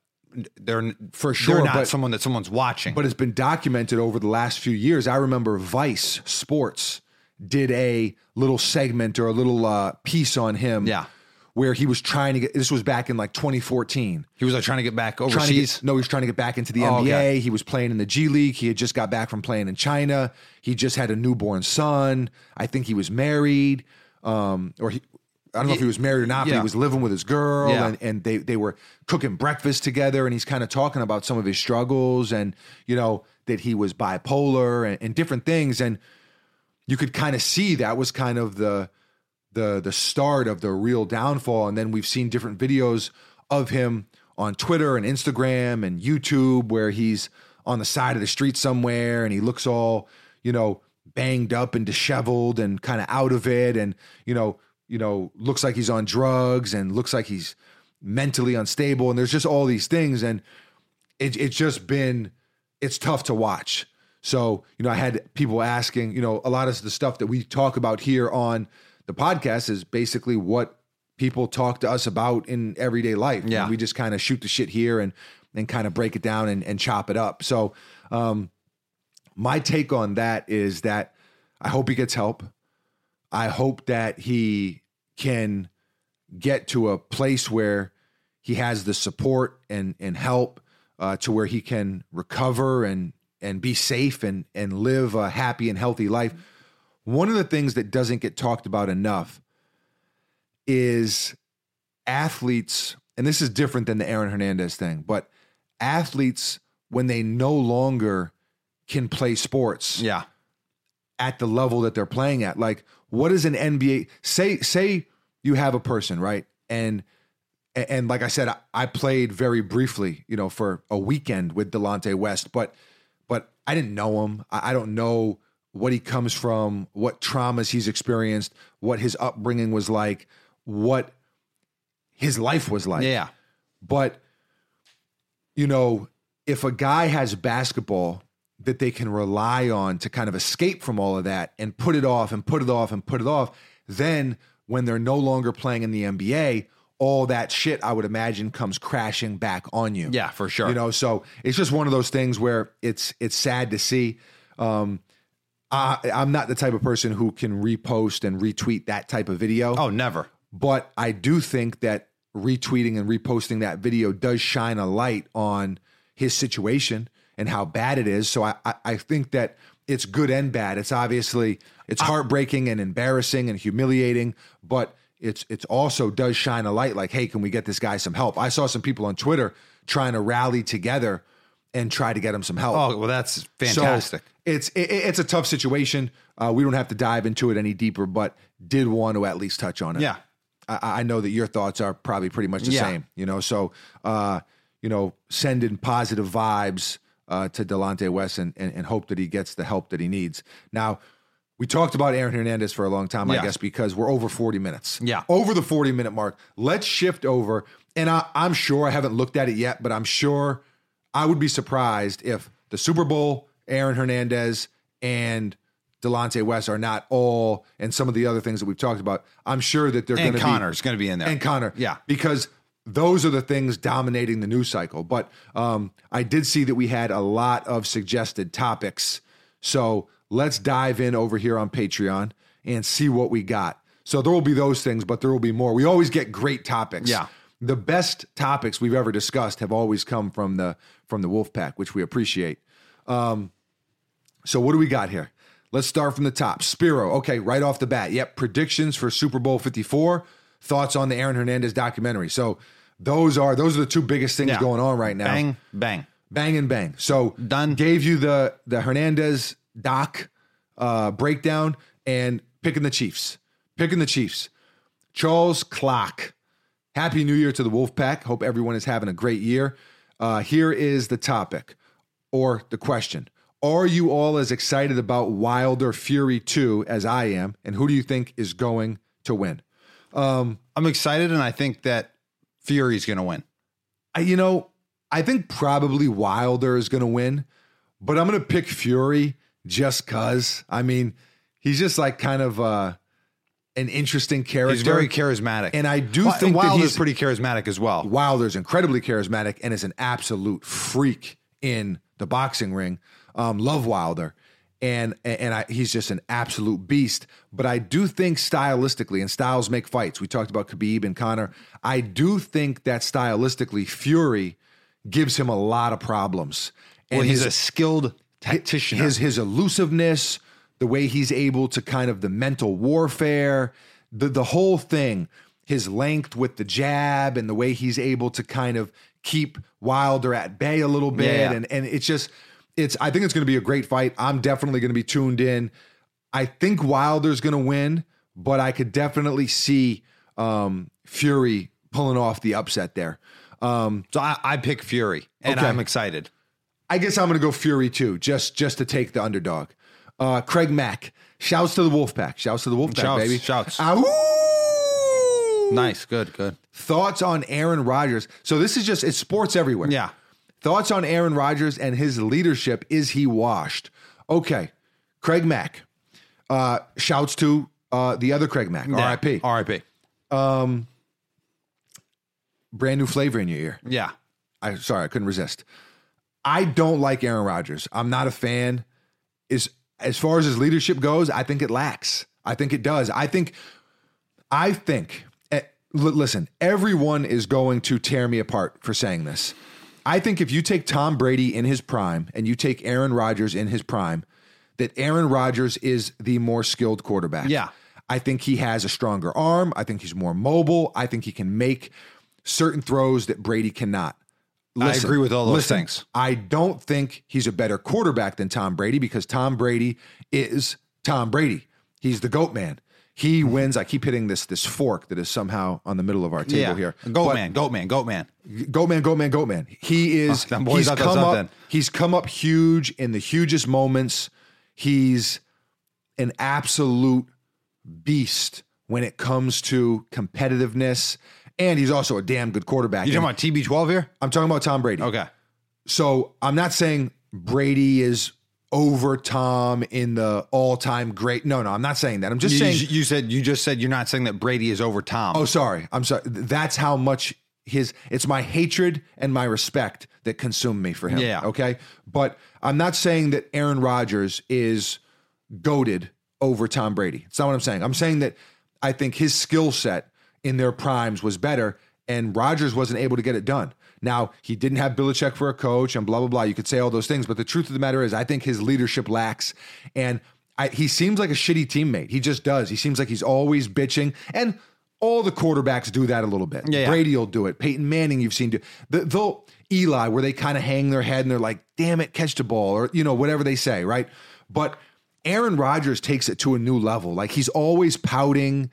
Speaker 3: they're
Speaker 2: For sure,
Speaker 3: they're not
Speaker 2: but-
Speaker 3: someone that someone's watching.
Speaker 2: but it's been documented over the last few years. I remember Vice Sports did a little segment or a little uh, piece on him.
Speaker 3: Yeah.
Speaker 2: Where he was trying to get, this was back in like 2014.
Speaker 3: he was like trying to get back
Speaker 2: Trying to
Speaker 3: overseas.
Speaker 2: get, no, he was trying to get back into the
Speaker 3: Oh,
Speaker 2: NBA.
Speaker 3: okay.
Speaker 2: He was playing in the G League. He had just got back from playing in China. He just had a newborn son. I think he was married. Um, or he, I don't know if he was married or not, but
Speaker 3: Yeah.
Speaker 2: he was living with his girl
Speaker 3: Yeah.
Speaker 2: and, and they, they were cooking breakfast together. And he's kind of talking about some of his struggles and, you know, that he was bipolar and, and different things. And you could kind of see that was kind of the, the the start of the real downfall and then we've seen different videos of him on Twitter and Instagram and YouTube where he's on the side of the street somewhere and he looks all you know banged up and disheveled and kind of out of it and you know you know looks like he's on drugs and looks like he's mentally unstable and there's just all these things and it, it's just been it's tough to watch so you know i had people asking you know a lot of the stuff that we talk about here on the podcast is basically what people talk to us about in everyday life
Speaker 3: Yeah.
Speaker 2: And we just kind of shoot the shit here and and kind of break it down and, and chop it up so um my take on that is that i hope he gets help i hope that he can get to a place where he has the support and and help uh, to where he can recover and and be safe and and live a happy and healthy life. One of the things that doesn't get talked about enough is athletes, and this is different than the Aaron Hernandez thing, but athletes when they no longer can play sports
Speaker 3: yeah,
Speaker 2: at the level that they're playing at. Like, what is an NBA? Say, say you have a person, right? And and, and like I said, I, I played very briefly, you know, for a weekend with Delonte West, but but I didn't know him. I, I don't know what he comes from, what traumas he's experienced, what his upbringing was like, what his life was like.
Speaker 3: yeah.
Speaker 2: But you know, if a guy has basketball that they can rely on to kind of escape from all of that and put it off and put it off and put it off, then when they're no longer playing in the NBA, all that shit I would imagine comes crashing back on you.
Speaker 3: Yeah, for sure.
Speaker 2: You know, so it's just one of those things where it's it's sad to see. Um I, I'm not the type of person who can repost and retweet that type of video
Speaker 3: Oh, never.
Speaker 2: but I do think that retweeting and reposting that video does shine a light on his situation and how bad it is. So I, I, I think that it's good and bad. It's obviously it's heartbreaking and embarrassing and humiliating, but it's it's also does shine a light like, hey, can we get this guy some help? I saw some people on Twitter trying to rally together and try to get him some help.
Speaker 3: Oh, well, that's
Speaker 2: So
Speaker 3: fantastic.
Speaker 2: it's it, it's a tough situation. Uh, we don't have to dive into it any deeper, but did want to at least touch on it.
Speaker 3: yeah.
Speaker 2: I, I know that your thoughts are probably pretty much the
Speaker 3: Yeah.
Speaker 2: same, you know. So, uh, you know, send in positive vibes uh, to Delonte West and, and and hope that he gets the help that he needs. Now, we talked about Aaron Hernandez for a long time, I
Speaker 3: Yeah.
Speaker 2: guess, because we're over forty minutes.
Speaker 3: Yeah.
Speaker 2: over the forty minute mark. Let's shift over, and I, I'm sure I haven't looked at it yet, but I'm sure I would be surprised if the Super Bowl, Aaron Hernandez, and Delonte West are not all, and some of the other things that we've talked about. I'm sure that they're going
Speaker 3: And
Speaker 2: to be
Speaker 3: Connor's going to be in there.
Speaker 2: and Connor.
Speaker 3: Yeah.
Speaker 2: Because those are the things dominating the news cycle. But um, I did see that we had a lot of suggested topics. So let's dive in over here on Patreon and see what we got. So there will be those things, but there will be more. We always get great topics.
Speaker 3: Yeah.
Speaker 2: The best topics we've ever discussed have always come from the from the Wolf Pack, which we appreciate. So what do we got here? Let's start from the top. Spiro, okay, right off the bat. Yep, predictions for Super Bowl 54, thoughts on the Aaron Hernandez documentary. So those are those are the two biggest things
Speaker 3: Yeah.
Speaker 2: going on right now.
Speaker 3: Bang, bang.
Speaker 2: bang and bang. So
Speaker 3: Done.
Speaker 2: Gave you the the Hernandez doc uh breakdown and picking the Chiefs. Picking the Chiefs. Charles Clock. Happy New Year to the Wolfpack. Hope everyone is having a great year. Uh, here is the topic or the question. Are you all as excited about Wilder Fury 2 as I am? And who do you think is going to win?
Speaker 3: I'm excited, and I think that Fury's going to win.
Speaker 2: I, you know, I think probably Wilder is going to win, but I'm going to pick Fury just because. I mean, he's just like kind of uh, an interesting character.
Speaker 3: He's very charismatic,
Speaker 2: and I do
Speaker 3: Wi-
Speaker 2: think that
Speaker 3: Wilder's
Speaker 2: he's-
Speaker 3: pretty charismatic as well.
Speaker 2: Wilder's incredibly charismatic and is an absolute freak in the boxing ring. Um, love Wilder, and and I, he's just an absolute beast. But I do think stylistically, and styles make fights. We talked about Khabib and Connor. I do think that stylistically, Fury gives him a lot of problems. And
Speaker 3: Well, he's
Speaker 2: his-
Speaker 3: a skilled tactician.
Speaker 2: his his elusiveness, the way he's able to kind of the mental warfare, the the whole thing, his length with the jab and the way he's able to kind of keep Wilder at bay a little bit
Speaker 3: Yeah.
Speaker 2: and and it's just it's I think it's going to be a great fight. I'm definitely going to be tuned in. I think Wilder's going to win, but I could definitely see um Fury pulling off the upset there. Um
Speaker 3: so I, I pick Fury, and
Speaker 2: Okay.
Speaker 3: I'm excited.
Speaker 2: I guess I'm going to go Fury too, just just to take the underdog. Uh, Craig Mack, shouts to the Wolfpack. Shouts to the Wolfpack,
Speaker 3: Shouts,
Speaker 2: baby.
Speaker 3: shouts.
Speaker 2: Ow!
Speaker 3: Nice, good, good.
Speaker 2: Thoughts on Aaron Rodgers? So this is just it's sports everywhere.
Speaker 3: Yeah,
Speaker 2: Thoughts on Aaron Rodgers and his leadership? Is he washed? Okay, Craig Mack. Uh, shouts to uh, the other Craig Mack. R.I.P.
Speaker 3: Yeah. R.I.P.
Speaker 2: Brand new flavor in your ear.
Speaker 3: Yeah,
Speaker 2: I sorry, I couldn't resist. I don't like Aaron Rodgers. I'm not a fan. Is as far as his leadership goes, I think it lacks. I think it does. I think I think eh, li- listen, everyone is going to tear me apart for saying this. I think if you take Tom Brady in his prime and you take Aaron Rodgers in his prime, that Aaron Rodgers is the more skilled quarterback.
Speaker 3: Yeah.
Speaker 2: I think he has a stronger arm. I think he's more mobile. I think he can make certain throws that Brady cannot. Listen,
Speaker 3: I agree with all those
Speaker 2: listen,
Speaker 3: things.
Speaker 2: I don't think he's a better quarterback than Tom Brady because Tom Brady is Tom Brady. He's the goat man. He
Speaker 3: Mm-hmm.
Speaker 2: wins. I keep hitting this this fork that is somehow on the middle of our table
Speaker 3: yeah.
Speaker 2: here.
Speaker 3: Goat
Speaker 2: But-
Speaker 3: man, goat man, goat man.
Speaker 2: goat man, goat man, goat man. He is.
Speaker 3: Them boys
Speaker 2: he's
Speaker 3: up to
Speaker 2: come up.
Speaker 3: something.
Speaker 2: He's come up huge in the hugest moments. He's an absolute beast when it comes to competitiveness. And he's also a damn good quarterback.
Speaker 3: You talking about TB12 here?
Speaker 2: I'm talking about Tom Brady.
Speaker 3: Okay.
Speaker 2: So I'm not saying Brady is over Tom in the all time great. No, no, I'm not saying that. I'm just
Speaker 3: You,
Speaker 2: saying.
Speaker 3: you said you just said you're not saying that Brady is over Tom.
Speaker 2: oh, sorry. I'm sorry. That's how much his. It's my hatred and my respect that consume me for him.
Speaker 3: Yeah.
Speaker 2: Okay. But I'm not saying that Aaron Rodgers is goaded over Tom Brady. It's not what I'm saying. I'm saying that I think his skill set in their primes was better, and Rodgers wasn't able to get it done. Now he didn't have Belichick for a coach, and blah blah blah. You could say all those things, but the truth of the matter is, I think his leadership lacks, and I, he seems like a shitty teammate. He just does. He seems like he's always bitching, and all the quarterbacks do that a little bit.
Speaker 3: Yeah, yeah.
Speaker 2: Brady will do it. Peyton Manning, you've seen do. The, they'll Eli, where they kind of hang their head and they're like, "Damn it, catch the ball," or you know whatever they say, right? But Aaron Rodgers takes it to a new level. Like he's always pouting.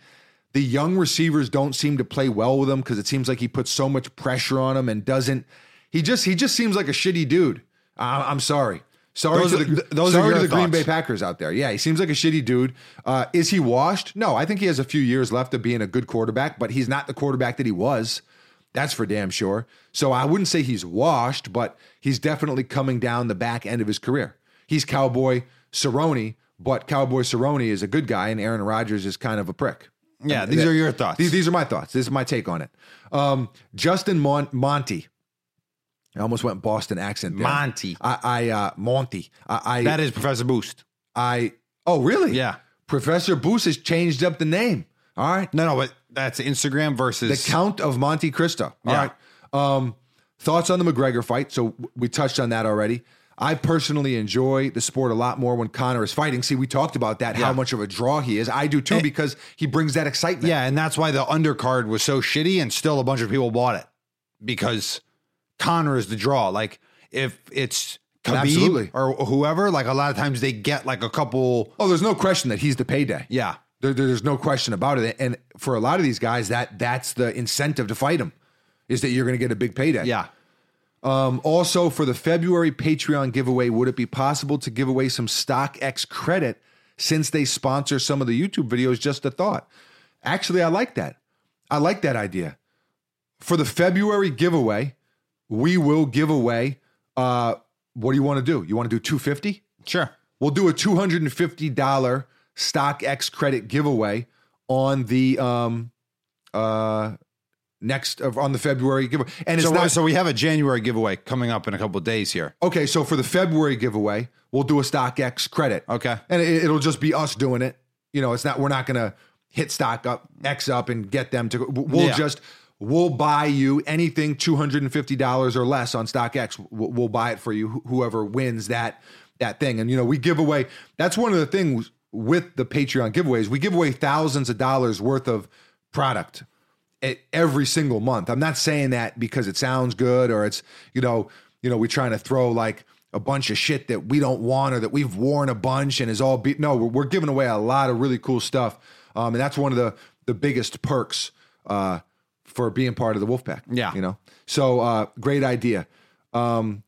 Speaker 2: The young receivers don't seem to play well with him because it seems like he puts so much pressure on them and doesn't. He just he just seems like a shitty dude. I, I'm sorry. Sorry
Speaker 3: Those
Speaker 2: to
Speaker 3: are-
Speaker 2: the,
Speaker 3: th- those are
Speaker 2: sorry
Speaker 3: your
Speaker 2: to the Green
Speaker 3: thoughts.
Speaker 2: Bay Packers out there. Yeah, he seems like a shitty dude. Uh, is he washed? No, I think he has a few years left of being a good quarterback, but he's not the quarterback that he was. That's for damn sure. So I wouldn't say he's washed, but he's definitely coming down the back end of his career. He's Cowboy Cerrone, but Cowboy Cerrone is a good guy, and Aaron Rodgers is kind of a prick. Um,
Speaker 3: yeah, these are your thoughts.
Speaker 2: These, these are my thoughts. This is my take on it. Um, Justin Mon- Monty. I almost went Boston accent. There.
Speaker 3: Monty.
Speaker 2: I, I uh, Monty. I, I
Speaker 3: that is Professor Boost.
Speaker 2: I oh really?
Speaker 3: Yeah.
Speaker 2: Professor Boos has changed up the name. All right.
Speaker 3: No, no, but that's Instagram
Speaker 2: The
Speaker 3: versus
Speaker 2: Count of Monte Cristo. All
Speaker 3: Yeah.
Speaker 2: right. Um, thoughts on the McGregor fight. So w- we touched on that already. I personally enjoy the sport a lot more when Connor is fighting. See, we talked about that,
Speaker 3: Yeah. Eh.
Speaker 2: how much of a draw he is. I do too, because he brings that excitement.
Speaker 3: Yeah, and that's why the undercard was so shitty and still a bunch of people bought it because Connor is the draw. Like if it's Khabib
Speaker 2: Absolutely.
Speaker 3: or whoever, like a lot of times they get like a couple
Speaker 2: Oh, there's no question that he's the payday.
Speaker 3: yeah.
Speaker 2: There, there- there's no question about it. And for a lot of these guys, that that's the incentive to fight him, is that you're going to get a big payday.
Speaker 3: Yeah.
Speaker 2: Um, Also, for the February Patreon giveaway, would it be possible to give away some StockX credit since they sponsor some of the YouTube videos? Just a thought. Actually, I like that. I like that idea. For the February giveaway, we will give away. Uh, what do you want to do? You want to do 250?
Speaker 3: Sure.
Speaker 2: We'll do a $250 StockX credit giveaway on the um uh next of on the February giveaway. And it's
Speaker 3: So,
Speaker 2: not
Speaker 3: so we have a January giveaway coming up in a couple of days here.
Speaker 2: Okay, so for the February giveaway, we'll do a StockX credit.
Speaker 3: Okay.
Speaker 2: And it, it'll just be us doing it. You know, it's not we're not going to hit stock up X up and get them to we'll
Speaker 3: Yeah.
Speaker 2: just we'll buy you anything $250 or less on StockX. We'll, we'll buy it for you wh- whoever wins that that thing. And you know, we give away that's one of the things with the Patreon giveaways. We give away thousands of dollars worth of product it e, every single month. I'm not saying that because it sounds good or it's you know you know we're trying to throw like a bunch of shit that we don't want or that we've worn a bunch and is all beat. No, we're, we're giving away a lot of really cool stuff, um, and that's one of the the biggest perks uh, for being part of the Wolfpack.
Speaker 3: Yeah.
Speaker 2: you know. So uh, great idea, um,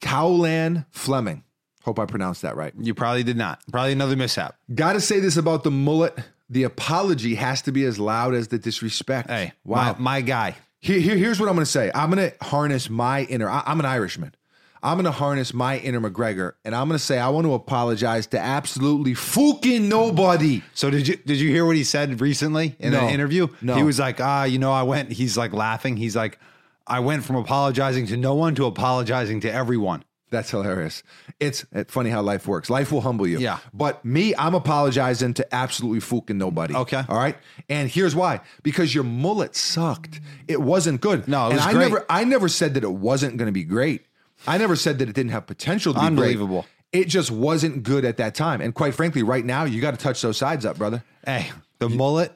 Speaker 2: Cowlan Fleming. Hope I pronounced that right.
Speaker 3: You probably did not. Probably another mishap.
Speaker 2: Got to say this about the mullet. The apology has to be as loud as the disrespect.
Speaker 3: Hey, my, my guy.
Speaker 2: Here, here- here's what I'm going to say. I'm going to harness my inner. I, am an Irishman. I'm going to harness my inner McGregor, and I'm going to say I want to apologize to absolutely fucking nobody.
Speaker 3: So did you did you hear what he said recently in
Speaker 2: No.
Speaker 3: an interview?
Speaker 2: No.
Speaker 3: He was like, ah, you know, I went. He's like laughing. He's like, I went from apologizing to no one to apologizing to everyone.
Speaker 2: That's hilarious. It's it's funny how life works. Life will humble you.
Speaker 3: Yeah.
Speaker 2: But me, I'm apologizing to absolutely fucking nobody.
Speaker 3: Okay.
Speaker 2: All right. And here's why: because your mullet sucked. It wasn't good.
Speaker 3: No, it
Speaker 2: and
Speaker 3: was
Speaker 2: I
Speaker 3: great.
Speaker 2: never, I never said that it wasn't going to be great. I never said that it didn't have potential to be great.
Speaker 3: Unbelievable.
Speaker 2: It just wasn't good at that time. And quite frankly, right now, you got to touch those sides up, brother.
Speaker 3: Hey, the mullet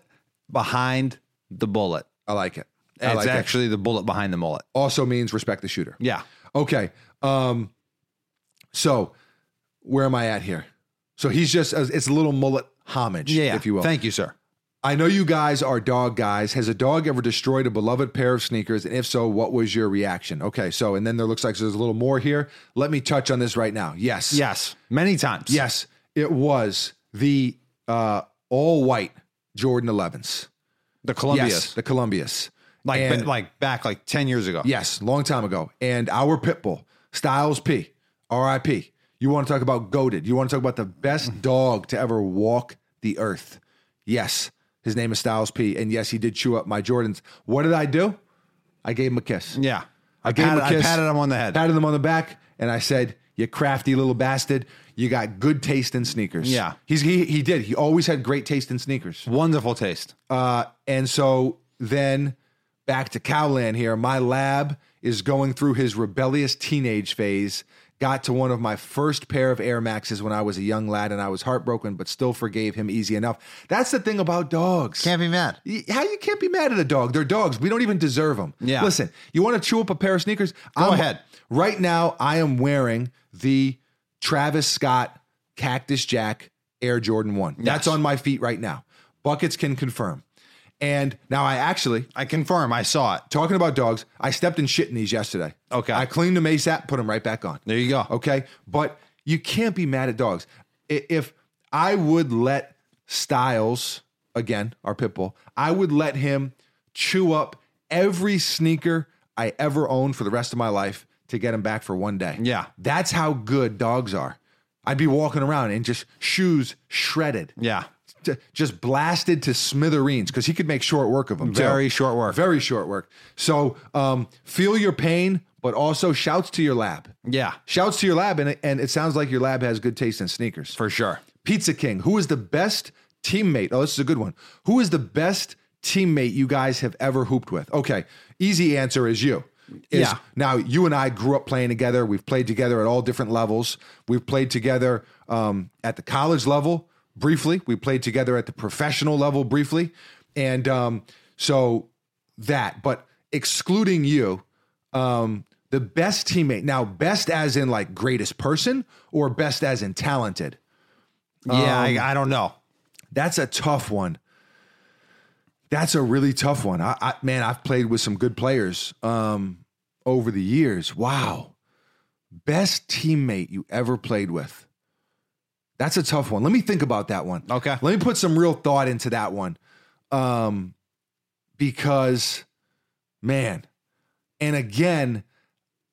Speaker 3: behind the bullet.
Speaker 2: I like it. I
Speaker 3: It's
Speaker 2: like it.
Speaker 3: actually the bullet behind the mullet.
Speaker 2: Also means respect the shooter.
Speaker 3: Yeah.
Speaker 2: Okay. Um, so where am I at here? So he's just, it's a little mullet homage,
Speaker 3: Yeah.
Speaker 2: if you will.
Speaker 3: Thank you, sir.
Speaker 2: I know you guys are dog guys. Has a dog ever destroyed a beloved pair of sneakers? And if so, what was your reaction? Okay. So, and then there looks like there's a little more here. Let me touch on this right now. Yes.
Speaker 3: Yes. Many times.
Speaker 2: Yes. It was the uh, all white Jordan 11s.
Speaker 3: The Columbias,
Speaker 2: Yes, the Columbias.
Speaker 3: like
Speaker 2: And-
Speaker 3: ba- like back like ten years ago.
Speaker 2: Yes, long time ago. And our pit bull, Styles P, RIP. You want to talk about goaded. You want to talk about the
Speaker 3: Mm-hmm.
Speaker 2: best dog to ever walk the earth. Yes, his name is Styles P. And yes, he did chew up my Jordans. What did I do? I gave him a kiss.
Speaker 3: yeah. I,
Speaker 2: gave him
Speaker 3: patted,
Speaker 2: a kiss.
Speaker 3: I patted him on the head.
Speaker 2: Patted him on the back, and I said, You crafty little bastard. You got good taste in sneakers.
Speaker 3: Yeah.
Speaker 2: He's, he, he did. He always had great taste in sneakers.
Speaker 3: Wonderful taste.
Speaker 2: Uh, and so then back to Cowland here. My lab is going through his rebellious teenage phase. Got to one of my first pair of Air Maxes when I was a young lad, and I was heartbroken, but still forgave him easy enough. That's the thing about dogs.
Speaker 4: Can't be mad.
Speaker 2: Y- How you can't be mad at a dog? They're dogs. We don't even deserve them.
Speaker 3: Yeah.
Speaker 2: Listen, you want to chew up a pair of sneakers? Go
Speaker 3: ahead.
Speaker 2: Right now, I am wearing the Travis Scott Cactus Jack Air Jordan One. That's on my feet right now. Buckets can confirm. And now I actually
Speaker 3: I confirm. I saw it.
Speaker 2: talking about dogs. I stepped in shit in these yesterday.
Speaker 3: Okay.
Speaker 2: I cleaned them ASAP. Put them right back on.
Speaker 3: There you go.
Speaker 2: Okay. But you can't be mad at dogs. I- If I would let Styles, again, our pit bull, I would let him chew up every sneaker I ever owned for the rest of my life to get him back for one day.
Speaker 3: Yeah.
Speaker 2: That's how good dogs are. I'd be walking around and just shoes shredded,
Speaker 3: Yeah.
Speaker 2: t- just blasted to smithereens because he could make short work of them. too.
Speaker 3: Very short work.
Speaker 2: Very short work. So um, feel your pain, but also shouts to your lab.
Speaker 3: yeah.
Speaker 2: Shouts to your lab, and, and it sounds like your lab has good taste in sneakers.
Speaker 3: For sure.
Speaker 2: Pizza King, who is the best teammate? Oh, this is a good one. Who is the best teammate you guys have ever hooped with? Okay, easy answer is you. Is-
Speaker 3: Yeah.
Speaker 2: Now you and I grew up playing together. We've played together at all different levels. We've played together um, at the college level briefly. We played together at the professional level briefly, and um, so that. But excluding you, um, the best teammate now, best as in like greatest person or best as in talented.
Speaker 3: Yeah.
Speaker 2: Um,
Speaker 3: I, I don't know.
Speaker 2: That's a tough one. That's a really tough one. I, I man, I've played with some good players um, over the years. Wow, best teammate you ever played with. That's a tough one. Let me think about that one.
Speaker 3: Okay.
Speaker 2: Let me put some real thought into that one, um, because man, and again,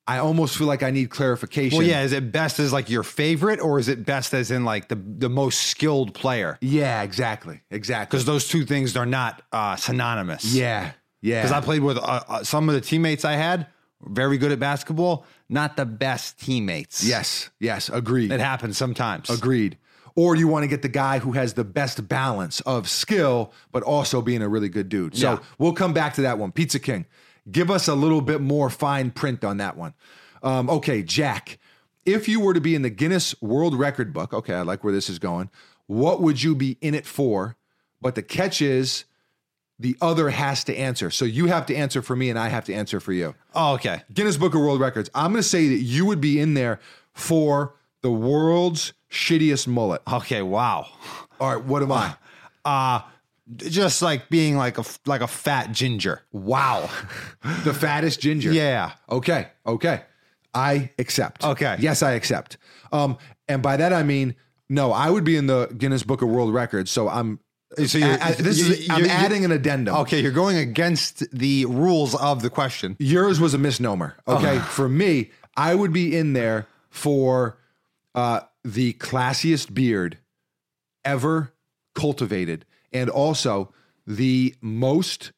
Speaker 2: I almost feel like I need clarification.
Speaker 3: Well, yeah. Is it best as like your favorite, or is it best as in like the the most skilled player?
Speaker 2: yeah, exactly, exactly.
Speaker 3: Because those two things are not uh, synonymous.
Speaker 2: Yeah, yeah.
Speaker 3: Because I played with uh, uh, some of the teammates I had, very good at basketball, not the best teammates.
Speaker 2: yes, yes, agreed.
Speaker 3: It happens sometimes.
Speaker 2: Agreed. Or you want to get the guy who has the best balance of skill, but also being a really good dude. So
Speaker 3: Yeah.
Speaker 2: we'll come back to that one. Pizza King, give us a little bit more fine print on that one. Um, okay, Jack, if you were to be in the Guinness World Record book, okay, I like where this is going. What would you be in it for? But the catch is the other has to answer. So you have to answer for me and I have to answer for you.
Speaker 3: Oh, okay.
Speaker 2: Guinness Book of World Records. I'm going to say that you would be in there for the world's shittiest mullet.
Speaker 3: Okay. Wow.
Speaker 2: All right, what am I?
Speaker 3: Uh d- just like being like a f- like a fat ginger.
Speaker 2: Wow. the fattest ginger.
Speaker 3: Yeah.
Speaker 2: Okay. Okay. I accept.
Speaker 3: Okay.
Speaker 2: Yes, I accept. Um and by that I mean no, I would be in the Guinness Book of World Records, so I'm
Speaker 3: So you're-
Speaker 2: I- I- this is-
Speaker 3: you-
Speaker 2: I'm
Speaker 3: you-
Speaker 2: adding an addendum.
Speaker 3: Okay, you're going against the rules of the question.
Speaker 2: Yours was a misnomer.
Speaker 3: Oh.
Speaker 2: Okay. For me, I would be in there for uh, the classiest beard ever cultivated and also the most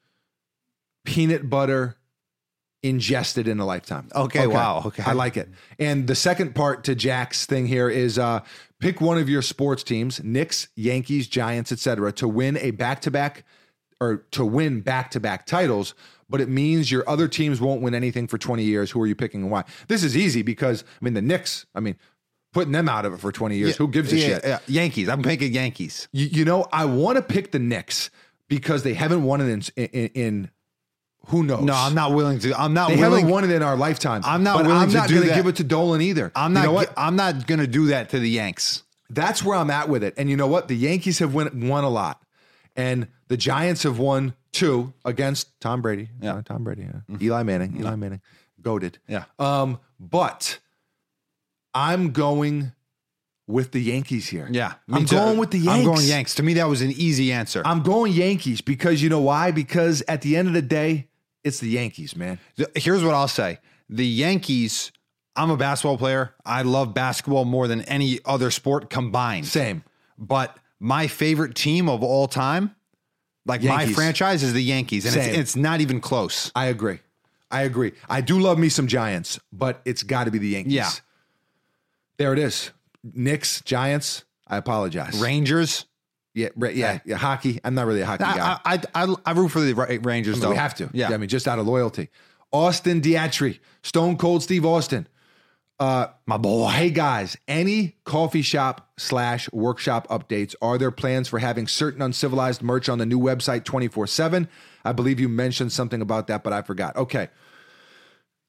Speaker 2: peanut butter ingested in a lifetime.
Speaker 3: Okay, wow, okay.
Speaker 2: I like it. And the second part to Jack's thing here is uh, pick one of your sports teams, Knicks, Yankees, Giants, etc., to win a back-to-back or to win back-to-back titles, but it means your other teams won't win anything for 20 years. Who are you picking and why? This is easy because I mean the Knicks, I mean putting them out of it for 20 years, who gives a
Speaker 3: Yeah,
Speaker 2: shit?
Speaker 3: yeah, Yankees. I'm picking Yankees.
Speaker 2: You, you know, I want to pick the Knicks because they haven't won it in, in, in who knows.
Speaker 3: No, I'm not willing to. I'm not
Speaker 2: They
Speaker 3: willing.
Speaker 2: haven't won it in our lifetime.
Speaker 3: I'm not
Speaker 2: but
Speaker 3: willing
Speaker 2: I'm
Speaker 3: to
Speaker 2: not
Speaker 3: do
Speaker 2: gonna
Speaker 3: that.
Speaker 2: give it to Dolan either.
Speaker 3: I'm not.
Speaker 2: You know what?
Speaker 3: gi- I'm not going to do that to the Yanks.
Speaker 2: that's where I'm at with it. And you know what? The Yankees have win, won a lot, and the Giants have won two against Tom Brady. Yeah, Tom Brady. Yeah.
Speaker 3: Mm-hmm.
Speaker 2: Eli Manning. Eli Manning. Goaded.
Speaker 3: Yeah.
Speaker 2: Um, but I'm going with the Yankees here.
Speaker 3: Yeah, me
Speaker 2: I'm
Speaker 3: too.
Speaker 2: going with the Yanks.
Speaker 3: I'm going Yanks. To me, that was an easy answer.
Speaker 2: I'm going Yankees because you know why? Because at the end of the day, it's the Yankees, man.
Speaker 3: Th- Here's what I'll say: the Yankees. I'm a basketball player. I love basketball more than any other sport combined.
Speaker 2: Same.
Speaker 3: But my favorite team of all time, like my
Speaker 2: Yankees.
Speaker 3: franchise, is the Yankees, and it's,
Speaker 2: Same.
Speaker 3: it's not even close.
Speaker 2: I agree. I agree. I do love me some Giants, but it's got to be the Yankees.
Speaker 3: Yeah.
Speaker 2: There it is. Knicks, Giants. I apologize.
Speaker 3: Rangers.
Speaker 2: Yeah, ra- yeah, yeah. Hockey. I'm not really a hockey guy.
Speaker 3: I, I, I, I root for the Ra-
Speaker 2: I
Speaker 3: Rangers,
Speaker 2: mean,
Speaker 3: though.
Speaker 2: we have to.
Speaker 3: uh, Yeah.
Speaker 2: I mean, just out of loyalty. Austin Diatri, Stone Cold Steve Austin. Uh,
Speaker 3: my boy.
Speaker 2: Hey guys, any coffee shop slash workshop updates? Are there plans for having certain uncivilized merch on the new website 24 7? I believe you mentioned something about that, but I forgot. Okay.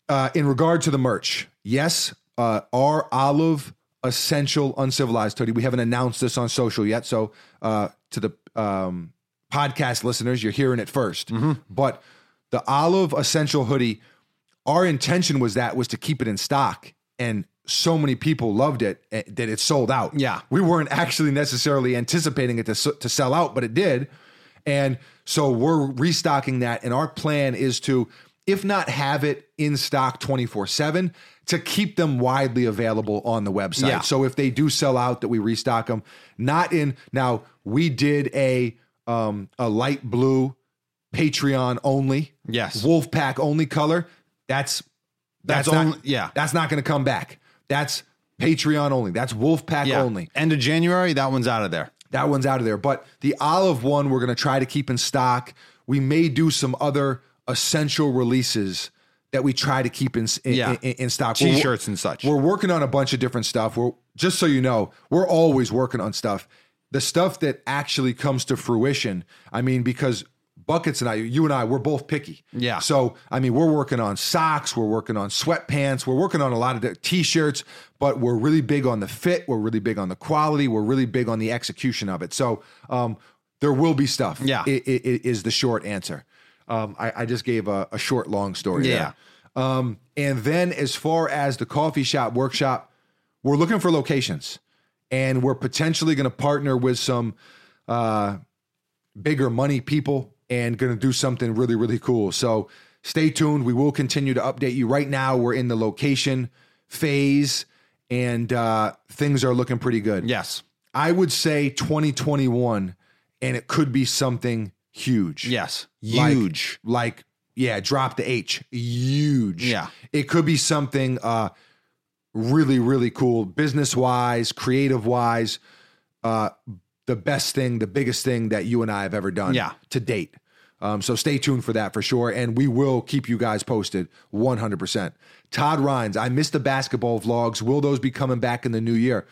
Speaker 2: Uh, in regard to the merch, yes, uh, our olive essential uncivilized hoodie. We haven't announced this on social yet. So uh, to the um, podcast listeners, you're hearing it 1st But the olive essential hoodie our intention was that was to keep it in stock and so many people loved it eh, that it sold out
Speaker 3: Yeah.
Speaker 2: we weren't actually necessarily anticipating it to, s- to sell out but it did and so we're restocking that and our plan is to if not have it in stock 24-7 to keep them widely available on the website
Speaker 3: Yeah.
Speaker 2: so if they do sell out that we restock them not in now we did a um a light blue patreon only
Speaker 3: Yes.
Speaker 2: Wolfpack only color. That's that's,
Speaker 3: That's
Speaker 2: not,
Speaker 3: only- yeah.
Speaker 2: That's not going to come back. That's Patreon only. That's Wolfpack
Speaker 3: Yeah.
Speaker 2: only.
Speaker 3: End of January, that one's out of there.
Speaker 2: That one's out of there. But the olive one, we're going to try to keep in stock. We may do some other essential releases that we try to keep in in,
Speaker 3: Yeah.
Speaker 2: in, in stock.
Speaker 3: T-shirts and such.
Speaker 2: We're working on a bunch of different stuff. We're just so you know, we're always working on stuff. The stuff that actually comes to fruition. I mean, because buckets and I, you and I, we're both picky.
Speaker 3: Yeah.
Speaker 2: So I mean, we're working on socks, we're working on sweatpants, we're working on a lot of the t-shirts, but we're really big on the fit, we're really big on the quality, we're really big on the execution of it. So um, there will be stuff.
Speaker 3: Yeah.
Speaker 2: i- i- i- is the short answer. Um, I, I just gave a, a short long story.
Speaker 3: Yeah.
Speaker 2: there. Um, and then as far as the coffee shop workshop, we're looking for locations and we're potentially going to partner with some uh, bigger money people and going to do something really, really cool. So stay tuned. We will continue to update you. Right now, we're in the location phase and uh, things are looking pretty good.
Speaker 3: Yes.
Speaker 2: I would say 2021, and it could be something huge.
Speaker 3: Yes.
Speaker 2: Like-
Speaker 3: Huge.
Speaker 2: Like, yeah, drop the H. Huge.
Speaker 3: Yeah.
Speaker 2: It could be something uh really, really cool, business wise, creative wise, uh the best thing, the biggest thing that you and I have ever done
Speaker 3: Yeah.
Speaker 2: to date. Um, so stay tuned for that for sure. And we will keep you guys posted 100%. Todd Rhines, I missed the basketball vlogs. Will those be coming back in the new year?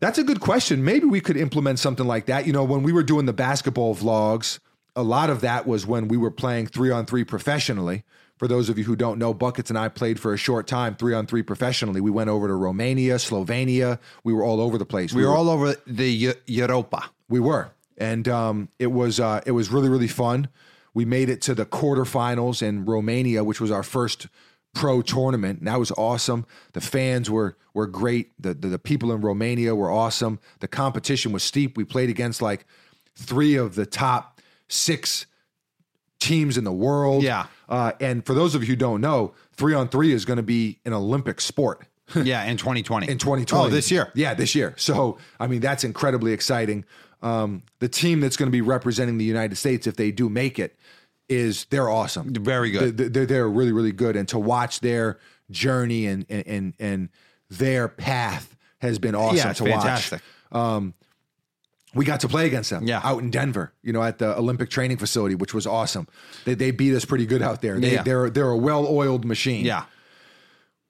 Speaker 2: That's a good question. Maybe we could implement something like that. You know, when we were doing the basketball vlogs, a lot of that was when we were playing three on three professionally. For those of you who don't know, Buckets and I played for a short time three on three professionally. We went over to Romania, Slovenia. We were all over the place.
Speaker 3: we were all over the Eu- Europa.
Speaker 2: We were, and um, it was uh, it was really really fun. We made it to the quarterfinals in Romania, which was our first pro tournament. And that was awesome. The fans were were great. The, the the people in Romania were awesome. The competition was steep. We played against like three of the top six teams in the world.
Speaker 3: Yeah.
Speaker 2: Uh, and for those of you who don't know, three on three is going to be an Olympic sport
Speaker 3: yeah, in 2020.
Speaker 2: in 2020.
Speaker 3: Oh, this year.
Speaker 2: Yeah, this year. So, I mean, that's incredibly exciting. Um, the team that's going to be representing the United States, if they do make it, is they're awesome.
Speaker 3: Very good.
Speaker 2: They- They're, they're really, really good. And to watch their journey and and and, and their path has been awesome
Speaker 3: yeah, it's
Speaker 2: to
Speaker 3: fantastic.
Speaker 2: watch. We got to play against them
Speaker 3: Yeah.
Speaker 2: out in Denver, you know, at the Olympic training facility, which was awesome. They, they beat us pretty good out there. They,
Speaker 3: Yeah.
Speaker 2: They're they're a well-oiled machine
Speaker 3: Yeah.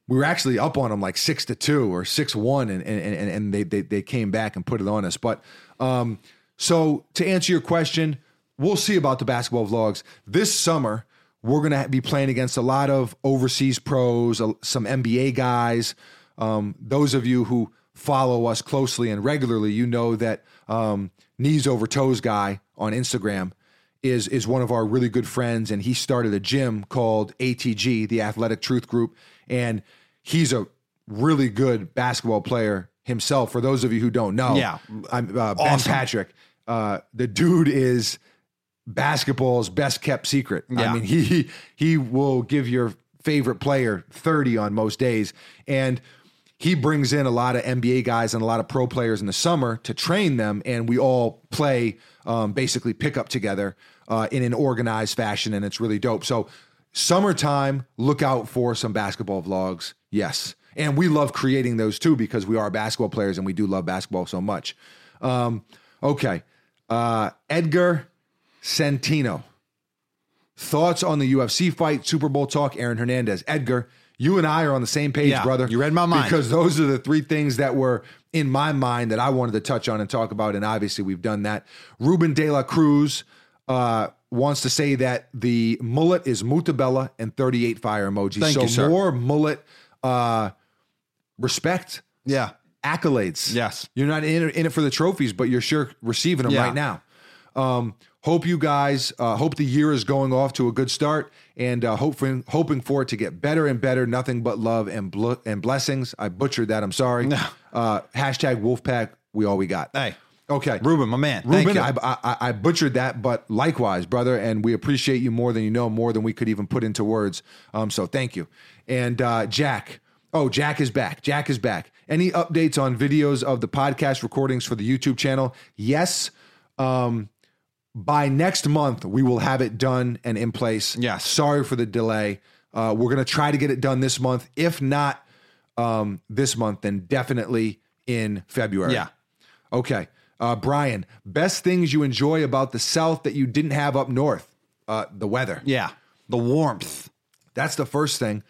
Speaker 2: we were actually up on them like six to two or six one, and and and, and they, they they came back and put it on us. But um, so to answer your question, we'll see about the basketball vlogs this summer. We're gonna be playing against a lot of overseas pros, uh, some NBA guys. Um, those of you who follow us closely and regularly, you know that um, knees over toes guy on Instagram is is one of our really good friends and he started a gym called ATG the Athletic Truth Group and he's a really good basketball player himself. For those of you who don't know,
Speaker 3: Yeah.
Speaker 2: I'm uh, Ben
Speaker 3: Awesome.
Speaker 2: Patrick. Uh, the dude is basketball's best kept secret.
Speaker 3: Yeah.
Speaker 2: I mean, he he will give your favorite player 30 on most days and he brings in a lot of NBA guys and a lot of pro players in the summer to train them and we all play um, basically pickup together uh, in an organized fashion and it's really dope. So summertime, look out for some basketball vlogs. Yes. And we love creating those too because we are basketball players and we do love basketball so much. Um, okay. Uh, Edgar Santino. Thoughts on the UFC fight, Super Bowl talk, Aaron Hernandez. Edgar, you and I are on the same page,
Speaker 3: Yeah,
Speaker 2: brother.
Speaker 3: you read my mind.
Speaker 2: Because those are the three things that were in my mind that I wanted to touch on and talk about. And obviously, we've done that. Ruben De La Cruz uh, wants to say that the mullet is mutabella and 38 fire emoji.
Speaker 3: Thank
Speaker 2: so
Speaker 3: you, sir.
Speaker 2: more mullet uh, respect,
Speaker 3: Yeah.
Speaker 2: accolades.
Speaker 3: Yes.
Speaker 2: You're not in, in it for the trophies, but you're sure receiving them
Speaker 3: Yeah.
Speaker 2: right now. Um, hope you guys, uh, hope the year is going off to a good start and uh, hoping, hoping for it to get better and better. Nothing but love and, bl- and blessings. I butchered that. I'm sorry.
Speaker 3: No.
Speaker 2: Uh, hashtag Wolfpack, we all we got.
Speaker 3: Hey,
Speaker 2: Okay.
Speaker 3: Ruben, my man. Thank
Speaker 2: Ruben,
Speaker 3: you.
Speaker 2: I, I, I- I butchered that, but likewise, brother, and we appreciate you more than you know, more than we could even put into words. Um, so thank you. And uh, Jack, oh, Jack is back. Jack is back. Any updates on videos of the podcast recordings for the YouTube channel? Yes. Um, by next month, we will have it done and in place.
Speaker 3: Yes.
Speaker 2: Sorry for the delay. Uh, we're going to try to get it done this month. If not um, this month, then definitely in February.
Speaker 3: yeah.
Speaker 2: Okay. Uh, Brian, best things you enjoy about the South that you didn't have up North? Uh, the weather.
Speaker 3: Yeah. The warmth.
Speaker 2: That's the first thing.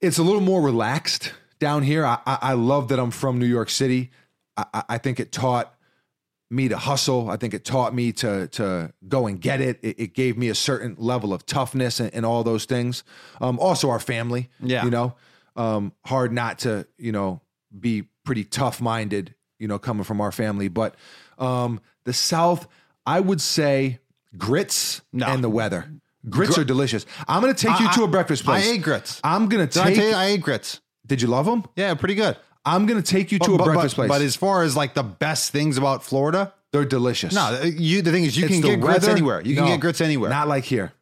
Speaker 2: It's a little more relaxed down here. I, I, I love that I'm from New York City. I, I- I think it taught me to hustle. I think it taught me to to go and get it. It, it gave me a certain level of toughness and, and all those things. Um, also, our family.
Speaker 3: Yeah.
Speaker 2: you know, um, hard not to you know be pretty tough minded. You know, coming from our family, but um, the South, I would say grits
Speaker 3: No.
Speaker 2: and the weather. Grits are delicious. I'm going to take you
Speaker 3: I-
Speaker 2: to a breakfast
Speaker 3: I
Speaker 2: place.
Speaker 3: ate grits.
Speaker 2: I'm going
Speaker 3: Did
Speaker 2: to
Speaker 3: I
Speaker 2: take.
Speaker 3: tell you I ate grits?
Speaker 2: did you love them?
Speaker 3: Yeah, pretty good.
Speaker 2: I'm going to take you to a
Speaker 3: Oh, But-
Speaker 2: breakfast
Speaker 3: but,
Speaker 2: place.
Speaker 3: But as far as like the best things about Florida,
Speaker 2: They're delicious.
Speaker 3: no, you the thing is you
Speaker 2: It's
Speaker 3: can
Speaker 2: the
Speaker 3: get grits
Speaker 2: weather.
Speaker 3: anywhere. You
Speaker 2: No,
Speaker 3: can get grits anywhere.
Speaker 2: Not like here.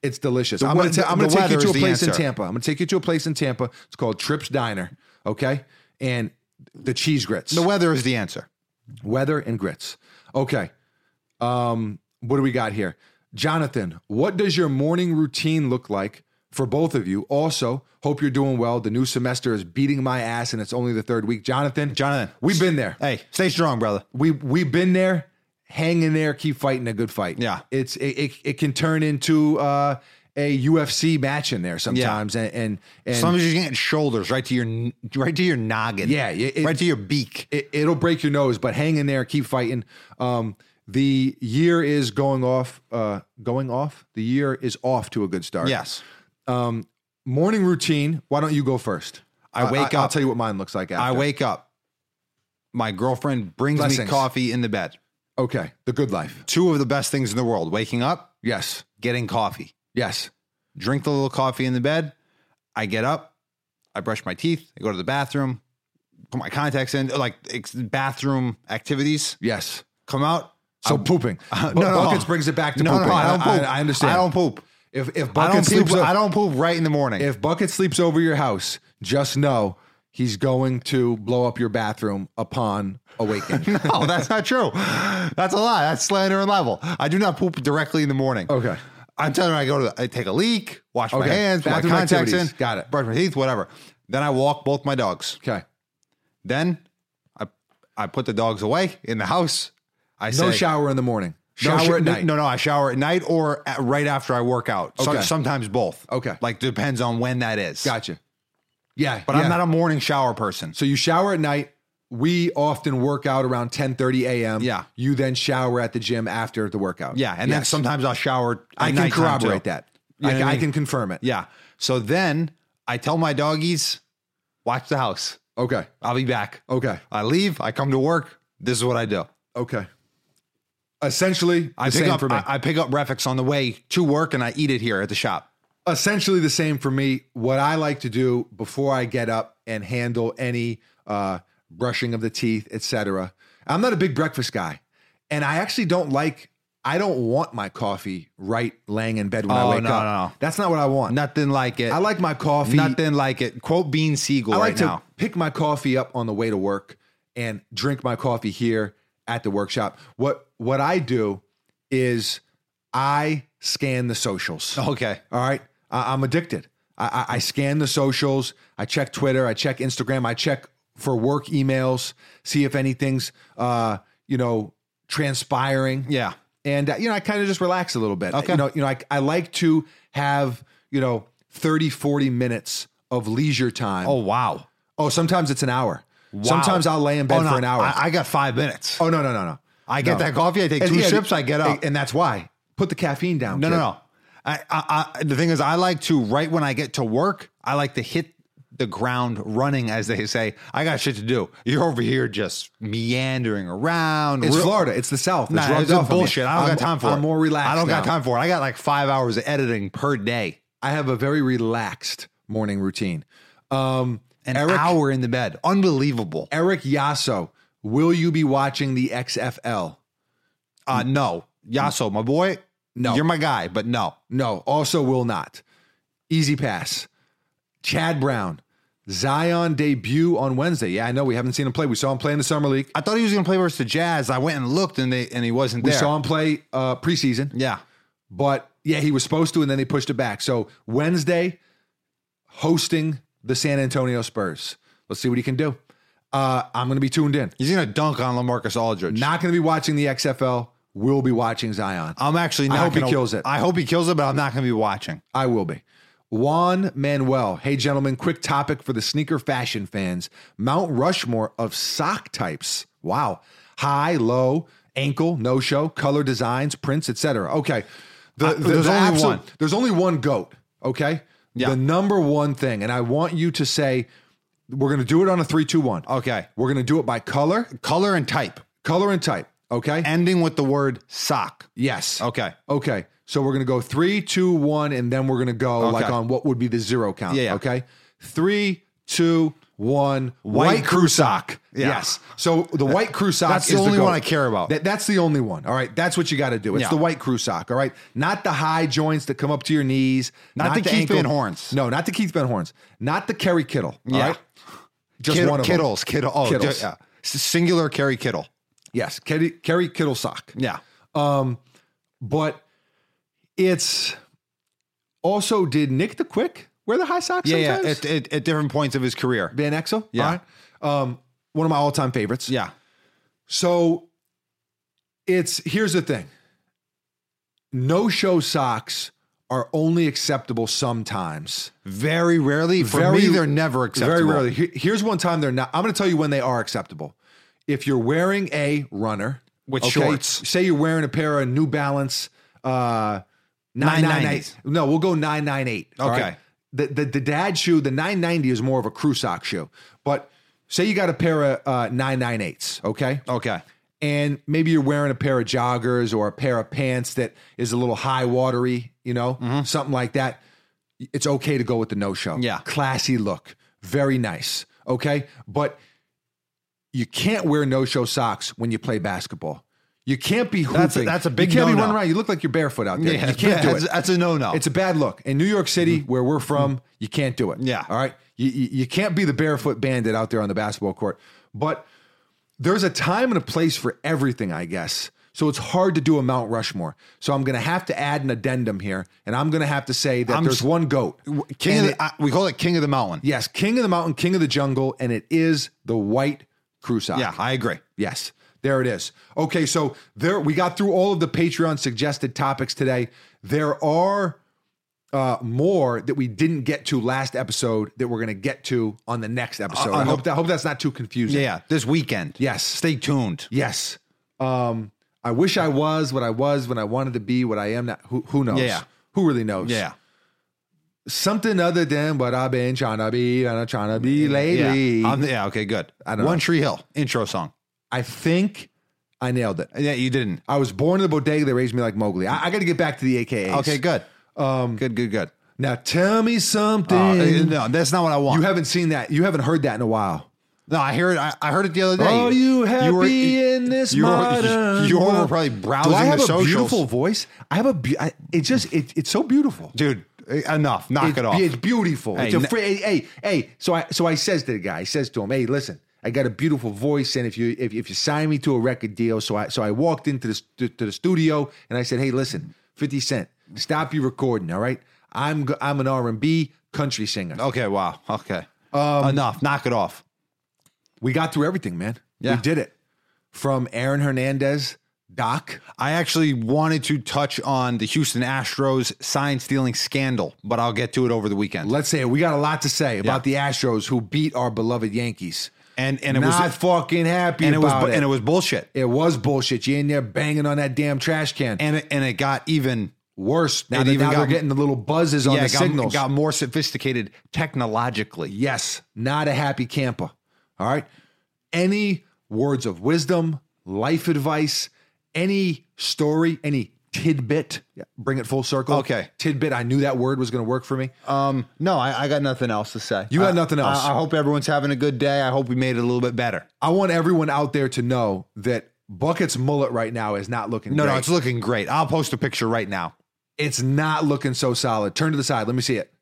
Speaker 2: It's delicious. I'm
Speaker 3: we-
Speaker 2: going to
Speaker 3: the-
Speaker 2: I'm going
Speaker 3: the
Speaker 2: to take you
Speaker 3: weather
Speaker 2: to a
Speaker 3: is the
Speaker 2: place in
Speaker 3: answer.
Speaker 2: Tampa. I'm going to take you to a place in Tampa. It's called Trips Diner. Okay, and the cheese grits,
Speaker 3: the weather is the answer.
Speaker 2: weather and grits. Okay, um, what do we got here, Jonathan? What does your morning routine look like? For both of you. Also, hope you're doing well. The new semester is beating my ass and it's only the third week. Jonathan,
Speaker 3: Jonathan,
Speaker 2: we've been there.
Speaker 3: Hey, stay strong, brother.
Speaker 2: we we've been there hang in there keep fighting a good fight
Speaker 3: Yeah.
Speaker 2: it's it, it, it can turn into uh a UFC match in there sometimes and and, and
Speaker 3: As long as you're getting shoulders right to your n- right to your noggin.
Speaker 2: Yeah, it- it-
Speaker 3: right to your beak.
Speaker 2: it, it'll break your nose but hang in there keep fighting um the year is going off uh going off the year is off to a good start
Speaker 3: Yes.
Speaker 2: morning routine why don't you go first
Speaker 3: I wake
Speaker 2: I'll
Speaker 3: up.
Speaker 2: tell you what mine looks like after.
Speaker 3: I wake up. My girlfriend brings me
Speaker 2: Blessings.
Speaker 3: coffee in the bed.
Speaker 2: okay the good life
Speaker 3: Two of the best things in the world. Waking up,
Speaker 2: yes
Speaker 3: getting coffee.
Speaker 2: yes
Speaker 3: drink the little coffee in the bed. I get up, I brush my teeth, I go to the bathroom, put my contacts in, like ex- bathroom activities,
Speaker 2: yes
Speaker 3: come out.
Speaker 2: so
Speaker 3: I-
Speaker 2: pooping
Speaker 3: Uh,
Speaker 2: Bu-
Speaker 3: no, no.
Speaker 2: buckets brings it back to
Speaker 3: no,
Speaker 2: pooping
Speaker 3: no, I don't poop.
Speaker 2: I, understand
Speaker 3: I don't poop.
Speaker 2: if if
Speaker 3: I don't
Speaker 2: bucket sleeps
Speaker 3: poop.
Speaker 2: up-
Speaker 3: I don't poop right in the morning.
Speaker 2: if Bucket sleeps over your house, just know he's going to blow up your bathroom upon awakening.
Speaker 3: no, Oh, that's not true. That's a lie. That's slander and libel. I do not poop directly in the morning.
Speaker 2: Okay.
Speaker 3: I'm telling her I go to the, I take a leak, wash my
Speaker 2: Okay.
Speaker 3: hands, put my
Speaker 2: Bathroom
Speaker 3: contacts
Speaker 2: activities.
Speaker 3: in,
Speaker 2: Got it.
Speaker 3: brush my teeth, whatever. Then I walk both my dogs.
Speaker 2: okay.
Speaker 3: Then I I put the dogs away in the house. I
Speaker 2: No
Speaker 3: say,
Speaker 2: shower in the morning.
Speaker 3: No
Speaker 2: Shower
Speaker 3: sh-
Speaker 2: at
Speaker 3: no-
Speaker 2: night.
Speaker 3: No, no, I shower at night or at, right after I work out. So-
Speaker 2: Okay.
Speaker 3: sometimes both.
Speaker 2: Okay.
Speaker 3: like depends on when that is.
Speaker 2: Gotcha. Yeah.
Speaker 3: But I'm not a morning shower person.
Speaker 2: So you shower at night. We often work out around 10:30 a.m.
Speaker 3: Yeah.
Speaker 2: You then shower at the gym after the workout.
Speaker 3: Yeah, and then
Speaker 2: Yes.
Speaker 3: sometimes I'll shower. At
Speaker 2: I can
Speaker 3: nighttime,
Speaker 2: corroborate
Speaker 3: too.
Speaker 2: that.
Speaker 3: You
Speaker 2: I,
Speaker 3: know
Speaker 2: can-
Speaker 3: what I
Speaker 2: I
Speaker 3: mean?
Speaker 2: can confirm it.
Speaker 3: Yeah. So then I tell my doggies, watch the house.
Speaker 2: Okay.
Speaker 3: I'll be back.
Speaker 2: Okay.
Speaker 3: I leave. I come to work. This is what I do.
Speaker 2: Okay. Essentially,
Speaker 3: I
Speaker 2: the
Speaker 3: pick
Speaker 2: same
Speaker 3: up.
Speaker 2: for me.
Speaker 3: I, I pick up Refix on the way to work, and I eat it here at the shop.
Speaker 2: essentially the same for me. What I like to do before I get up and handle any uh, brushing of the teeth, etc. I'm not a big breakfast guy, and I actually don't like. I don't want my coffee right laying in bed when I
Speaker 3: Oh,
Speaker 2: wake
Speaker 3: no,
Speaker 2: up.
Speaker 3: no, no.
Speaker 2: That's not what I want.
Speaker 3: Nothing like it.
Speaker 2: I like my coffee.
Speaker 3: Nothing like it. Quote Bean Siegel
Speaker 2: I like
Speaker 3: right
Speaker 2: to
Speaker 3: now.
Speaker 2: pick my coffee up on the way to work and drink my coffee here at the workshop. What what I do is I scan the socials.
Speaker 3: Okay.
Speaker 2: All right. I, I'm addicted. I, I, I scan the socials. I check Twitter. I check Instagram. I check for work emails, see if anything's, uh, you know, transpiring.
Speaker 3: Yeah.
Speaker 2: And, uh, you know, I kind of just relax a little bit.
Speaker 3: Okay.
Speaker 2: You know, you know I, I like to have, you know, 30, 40 minutes of leisure time.
Speaker 3: Oh wow.
Speaker 2: Oh, sometimes it's an hour. Sometimes I'll lay in bed
Speaker 3: Oh, no,
Speaker 2: for an hour.
Speaker 3: I, I got five minutes.
Speaker 2: oh no, no, no, no.
Speaker 3: I get
Speaker 2: No.
Speaker 3: that coffee. I take
Speaker 2: And
Speaker 3: two
Speaker 2: yeah,
Speaker 3: sips. I get up.
Speaker 2: And that's why. Put the caffeine down.
Speaker 3: no,
Speaker 2: kid.
Speaker 3: no, no. I, I, I, the thing is, I like to right when I get to work. I like to hit the ground running, as they say. I got shit to do. You're over here just meandering around.
Speaker 2: It's
Speaker 3: real-
Speaker 2: Florida. It's the South.
Speaker 3: Nah,
Speaker 2: it's rubbed
Speaker 3: it's just
Speaker 2: off on me.
Speaker 3: bullshit. I don't
Speaker 2: I'm-
Speaker 3: got time for it.
Speaker 2: I'm more relaxed.
Speaker 3: I don't got
Speaker 2: now.
Speaker 3: time for it. I got like five hours of editing per day.
Speaker 2: I have a very relaxed morning routine. Um,
Speaker 3: An
Speaker 2: Eric,
Speaker 3: hour in the bed. Unbelievable.
Speaker 2: Eric Yasso, will you be watching the XFL?
Speaker 3: Uh, no, Yasso, my boy.
Speaker 2: No.
Speaker 3: you're my guy, but no.
Speaker 2: No, also will not. Easy pass. Chad Brown, Zion debut on Wednesday. Yeah, I know we haven't seen him play. We saw him play in the summer league.
Speaker 3: I thought he was going to play versus the Jazz. I went and looked, and they and he wasn't
Speaker 2: We
Speaker 3: there.
Speaker 2: saw him play uh, preseason.
Speaker 3: Yeah,
Speaker 2: But yeah, he was supposed to, and then they pushed it back. So Wednesday, hosting the San Antonio Spurs. Let's see what he can do. Uh, I'm going to be tuned in.
Speaker 3: he's going to dunk on Lamarcus Aldridge.
Speaker 2: Not going to be watching the XFL. Will be watching Zion. Um,
Speaker 3: I'm actually.
Speaker 2: I
Speaker 3: Not
Speaker 2: hope he
Speaker 3: gonna-
Speaker 2: kills it.
Speaker 3: I hope he kills it, but I'm not going to be watching.
Speaker 2: I will be. Juan Manuel. Hey, gentlemen, quick topic for the sneaker fashion fans Mount Rushmore of sock types. Wow. High, low, ankle, no show, color designs, prints, etc. Okay. The,
Speaker 3: Uh, there's only one.
Speaker 2: There's only one GOAT. Okay.
Speaker 3: Yeah.
Speaker 2: The number one thing. And I want you to say, we're going to do it on a three, two, one.
Speaker 3: Okay,
Speaker 2: We're going to do it by color,
Speaker 3: color and type,
Speaker 2: color and type. Okay.
Speaker 3: ending with the word sock.
Speaker 2: yes.
Speaker 3: Okay,
Speaker 2: Okay. So we're going to go three, two, one, and then we're going to go
Speaker 3: Okay.
Speaker 2: like on what would be the zero count.
Speaker 3: Yeah, yeah.
Speaker 2: Okay. Three, two, one.
Speaker 3: White crew
Speaker 2: sock.
Speaker 3: Yeah.
Speaker 2: Yes. So the white crew sock
Speaker 3: That's the
Speaker 2: is
Speaker 3: only
Speaker 2: goat.
Speaker 3: one I care about.
Speaker 2: That- that's the only one. All right. That's what you got to do. It's
Speaker 3: Yeah.
Speaker 2: the white crew sock. All right. Not the high joints that come up to your knees.
Speaker 3: Not the Keith
Speaker 2: ankle-
Speaker 3: Van Horns.
Speaker 2: No, not the Keith Van Horns. Not the Kerry Kittle. All right.
Speaker 3: Yeah.
Speaker 2: Just
Speaker 3: Kid-
Speaker 2: one of them.
Speaker 3: Kittles, Kittle, oh,
Speaker 2: Kittles.
Speaker 3: just- yeah. S- singular Kerry Kittle.
Speaker 2: Yes. Kerry, Kerry Kittle sock.
Speaker 3: Yeah,
Speaker 2: but it's also did Nick the Quick wear the high socks?
Speaker 3: yeah, yeah.
Speaker 2: sometimes?
Speaker 3: At, at, at different points of his career.
Speaker 2: Van Exel,
Speaker 3: Yeah.
Speaker 2: All right. um, one of my all-time favorites.
Speaker 3: Yeah,
Speaker 2: So it's here's the thing: no-show socks are only acceptable sometimes.
Speaker 3: very rarely. For
Speaker 2: Very-
Speaker 3: me, they're never acceptable.
Speaker 2: Very rarely. Here- Here's one time they're not. I'm going to tell you when they are acceptable. If you're wearing a runner
Speaker 3: With shorts.
Speaker 2: say you're wearing a pair of New Balance, uh, nine nine eight.
Speaker 3: 990s.
Speaker 2: No, we'll go nine nine eight.
Speaker 3: Okay.
Speaker 2: The, the the dad shoe, the nine ninety is more of a crew sock shoe. But say you got a pair of uh, nine nine eights. Okay
Speaker 3: Okay.
Speaker 2: and maybe you're wearing a pair of joggers or a pair of pants that is a little high watery, you know, something like that. It's okay to go with the no show.
Speaker 3: Mm-hmm. Yeah.
Speaker 2: Classy look. Very nice. Okay. But you can't wear no show socks when you play basketball. You can't be hooping.
Speaker 3: That's a- that's a big
Speaker 2: You can't be
Speaker 3: no-no.
Speaker 2: running around. You look like you're barefoot out there. you can't do
Speaker 3: that's,
Speaker 2: it.
Speaker 3: That's a no-no.
Speaker 2: It's a bad look. In New York City, where we're from, you can't do it.
Speaker 3: Mm-hmm. Yeah.
Speaker 2: All right. You, you, you can't be the barefoot bandit out there on the basketball court. But there's a time and a place for everything, I guess. So it's hard to do a Mount Rushmore. So I'm going to have to add an addendum here, and I'm going to have to say that
Speaker 3: I'm
Speaker 2: there's
Speaker 3: s-
Speaker 2: one goat.
Speaker 3: king of
Speaker 2: And
Speaker 3: the,
Speaker 2: it-
Speaker 3: I- we call it king of the mountain.
Speaker 2: yes, king of the mountain, king of the jungle, and it is the white crew sock.
Speaker 3: Yeah, I agree.
Speaker 2: Yes. There it is. Okay, so there we got through all of the Patreon suggested topics today. There are uh, more that we didn't get to last episode that we're going to get to on the next episode. I,
Speaker 3: I
Speaker 2: hope
Speaker 3: hope-
Speaker 2: that I hope that's not too confusing.
Speaker 3: Uh, Yeah, yeah, this weekend.
Speaker 2: Yes.
Speaker 3: Stay tuned.
Speaker 2: Yes. Um, I wish I was what I was when I wanted to be what I am now. Who, who knows?
Speaker 3: Yeah.
Speaker 2: Who really knows?
Speaker 3: Yeah.
Speaker 2: Something other than what I've been trying to be and I'm trying to be lately.
Speaker 3: Yeah. Um, yeah, okay, good.
Speaker 2: I don't
Speaker 3: One
Speaker 2: know.
Speaker 3: Tree Hill intro song.
Speaker 2: I think I nailed it.
Speaker 3: Yeah, you didn't.
Speaker 2: I was born in the bodega. They raised me like Mowgli. I, I got to get back to the AKAs.
Speaker 3: Okay, good. Um, good, good, good.
Speaker 2: Now tell me something. Oh,
Speaker 3: Uh, no, that's not what I want.
Speaker 2: you haven't seen that. You haven't heard that in a while.
Speaker 3: No, I heard it. I, I heard it the other day.
Speaker 2: Are you happy
Speaker 3: were-
Speaker 2: in this
Speaker 3: you were-
Speaker 2: modern
Speaker 3: you were
Speaker 2: world?
Speaker 3: probably browsing
Speaker 2: Do I have
Speaker 3: the
Speaker 2: a
Speaker 3: socials.
Speaker 2: beautiful voice? I have a. Be- I, it just it, it's so beautiful.
Speaker 3: dude? eh, Enough. Knock
Speaker 2: It's-
Speaker 3: it off.
Speaker 2: It's beautiful.
Speaker 3: Hey,
Speaker 2: it's a
Speaker 3: n-
Speaker 2: fr- hey, hey, hey. So I so I says to the guy, I says to him, hey, listen, I got a beautiful voice, and if you if, if you sign me to a record deal, so I so I walked into the stu- to the studio and I said, hey, listen, Fifty Cent, stop your recording, all right? I'm go- I'm an R and B country singer.
Speaker 3: okay. Wow. Okay.
Speaker 2: Um,
Speaker 3: enough. Knock it off.
Speaker 2: We got through everything, man.
Speaker 3: Yeah.
Speaker 2: We did it. From Aaron Hernandez, Doc.
Speaker 3: I actually wanted to touch on the Houston Astros sign stealing scandal, but I'll get to it over the weekend.
Speaker 2: Let's say it. we got a lot to say about the Astros who beat our beloved Yankees.
Speaker 3: And and it
Speaker 2: Not
Speaker 3: was
Speaker 2: fucking happy
Speaker 3: and it was
Speaker 2: about
Speaker 3: bu-
Speaker 2: it.
Speaker 3: and it was bullshit.
Speaker 2: It was bullshit. You in there banging on that damn trash can.
Speaker 3: And it, and it got even
Speaker 2: worse. Now,
Speaker 3: It
Speaker 2: that,
Speaker 3: even
Speaker 2: now they're
Speaker 3: got-
Speaker 2: getting the little buzzes on
Speaker 3: yeah,
Speaker 2: the
Speaker 3: it got,
Speaker 2: signals.
Speaker 3: it got more sophisticated technologically.
Speaker 2: yes, not a happy camper. All right. Any words of wisdom, life advice, any story, any tidbit, Yeah, bring it full circle.
Speaker 3: Okay.
Speaker 2: Tidbit. I knew that word was going to work for me.
Speaker 3: Um, no, I, I got nothing else to say.
Speaker 2: You got
Speaker 3: I-
Speaker 2: nothing else.
Speaker 3: I, I hope everyone's having a good day. I hope we made it a little bit better.
Speaker 2: I want everyone out there to know that Bucket's mullet right now is not looking
Speaker 3: No,
Speaker 2: great.
Speaker 3: no, it's looking great. I'll post a picture right now.
Speaker 2: It's not looking so solid. Turn to the side. Let me see it.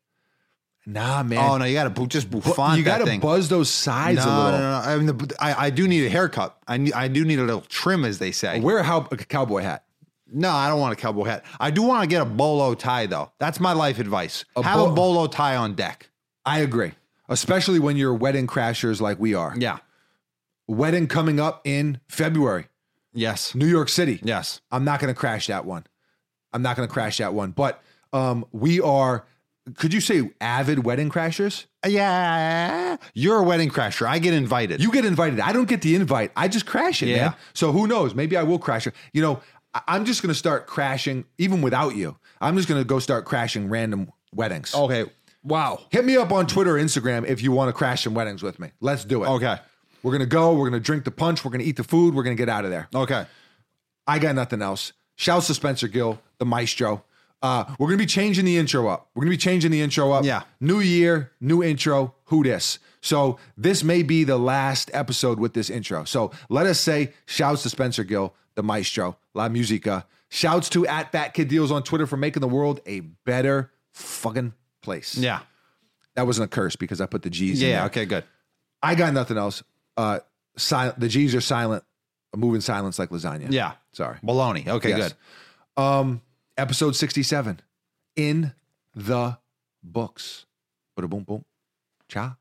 Speaker 2: Nah, man.
Speaker 3: oh no, you got to just
Speaker 2: Bu-
Speaker 3: bouffant
Speaker 2: you
Speaker 3: that
Speaker 2: gotta
Speaker 3: thing.
Speaker 2: buzz those sides
Speaker 3: no,
Speaker 2: a little.
Speaker 3: no, no, no. I, mean, the, I, I do need a haircut. I need, I do need a little trim, as they say.
Speaker 2: Wear a, how- a cowboy hat.
Speaker 3: No, I don't want a cowboy hat. I do want to get a bolo tie, though. That's my life advice.
Speaker 2: A
Speaker 3: Have
Speaker 2: bo-
Speaker 3: a bolo tie on deck.
Speaker 2: I agree, especially when you're wedding crashers like we are.
Speaker 3: Yeah.
Speaker 2: Wedding coming up in February,
Speaker 3: Yes.
Speaker 2: New York City.
Speaker 3: Yes.
Speaker 2: I'm not going to crash that one. I'm not going to crash that one. But um, we are. Could you say avid wedding crashers?
Speaker 3: Uh, Yeah. You're a wedding crasher. I get invited.
Speaker 2: You get invited. I don't get the invite. I just crash it,
Speaker 3: Yeah.
Speaker 2: man. So who knows? Maybe I will crash it. You know, I- I'm just going to start crashing even without you. I'm just going to go start crashing random weddings.
Speaker 3: okay. Wow.
Speaker 2: Hit me up on Twitter or Instagram if you want to crash some weddings with me. Let's do it.
Speaker 3: Okay.
Speaker 2: We're going to go. We're going to drink the punch. We're going to eat the food. We're going to get out of there.
Speaker 3: Okay.
Speaker 2: I got nothing else. Shouts to Spencer Gill, the maestro. Uh, we're going to be changing the intro up. We're going to be changing the intro up.
Speaker 3: Yeah.
Speaker 2: New year, new intro, who dis? So this may be the last episode with this intro. So let us say shouts to Spencer Gill, the maestro, La Musica. Shouts to at Fat Kid Deals on Twitter for making the world a better fucking place.
Speaker 3: Yeah.
Speaker 2: That wasn't a curse because I put the G's in there.
Speaker 3: Yeah. Okay. Good.
Speaker 2: I got nothing else. Uh, sil- the G's are silent, move in silence like lasagna.
Speaker 3: Yeah.
Speaker 2: Sorry.
Speaker 3: Baloney. Okay.
Speaker 2: Yes.
Speaker 3: Good.
Speaker 2: Um, episode 67 in the books. Bada boom boom. Ciao.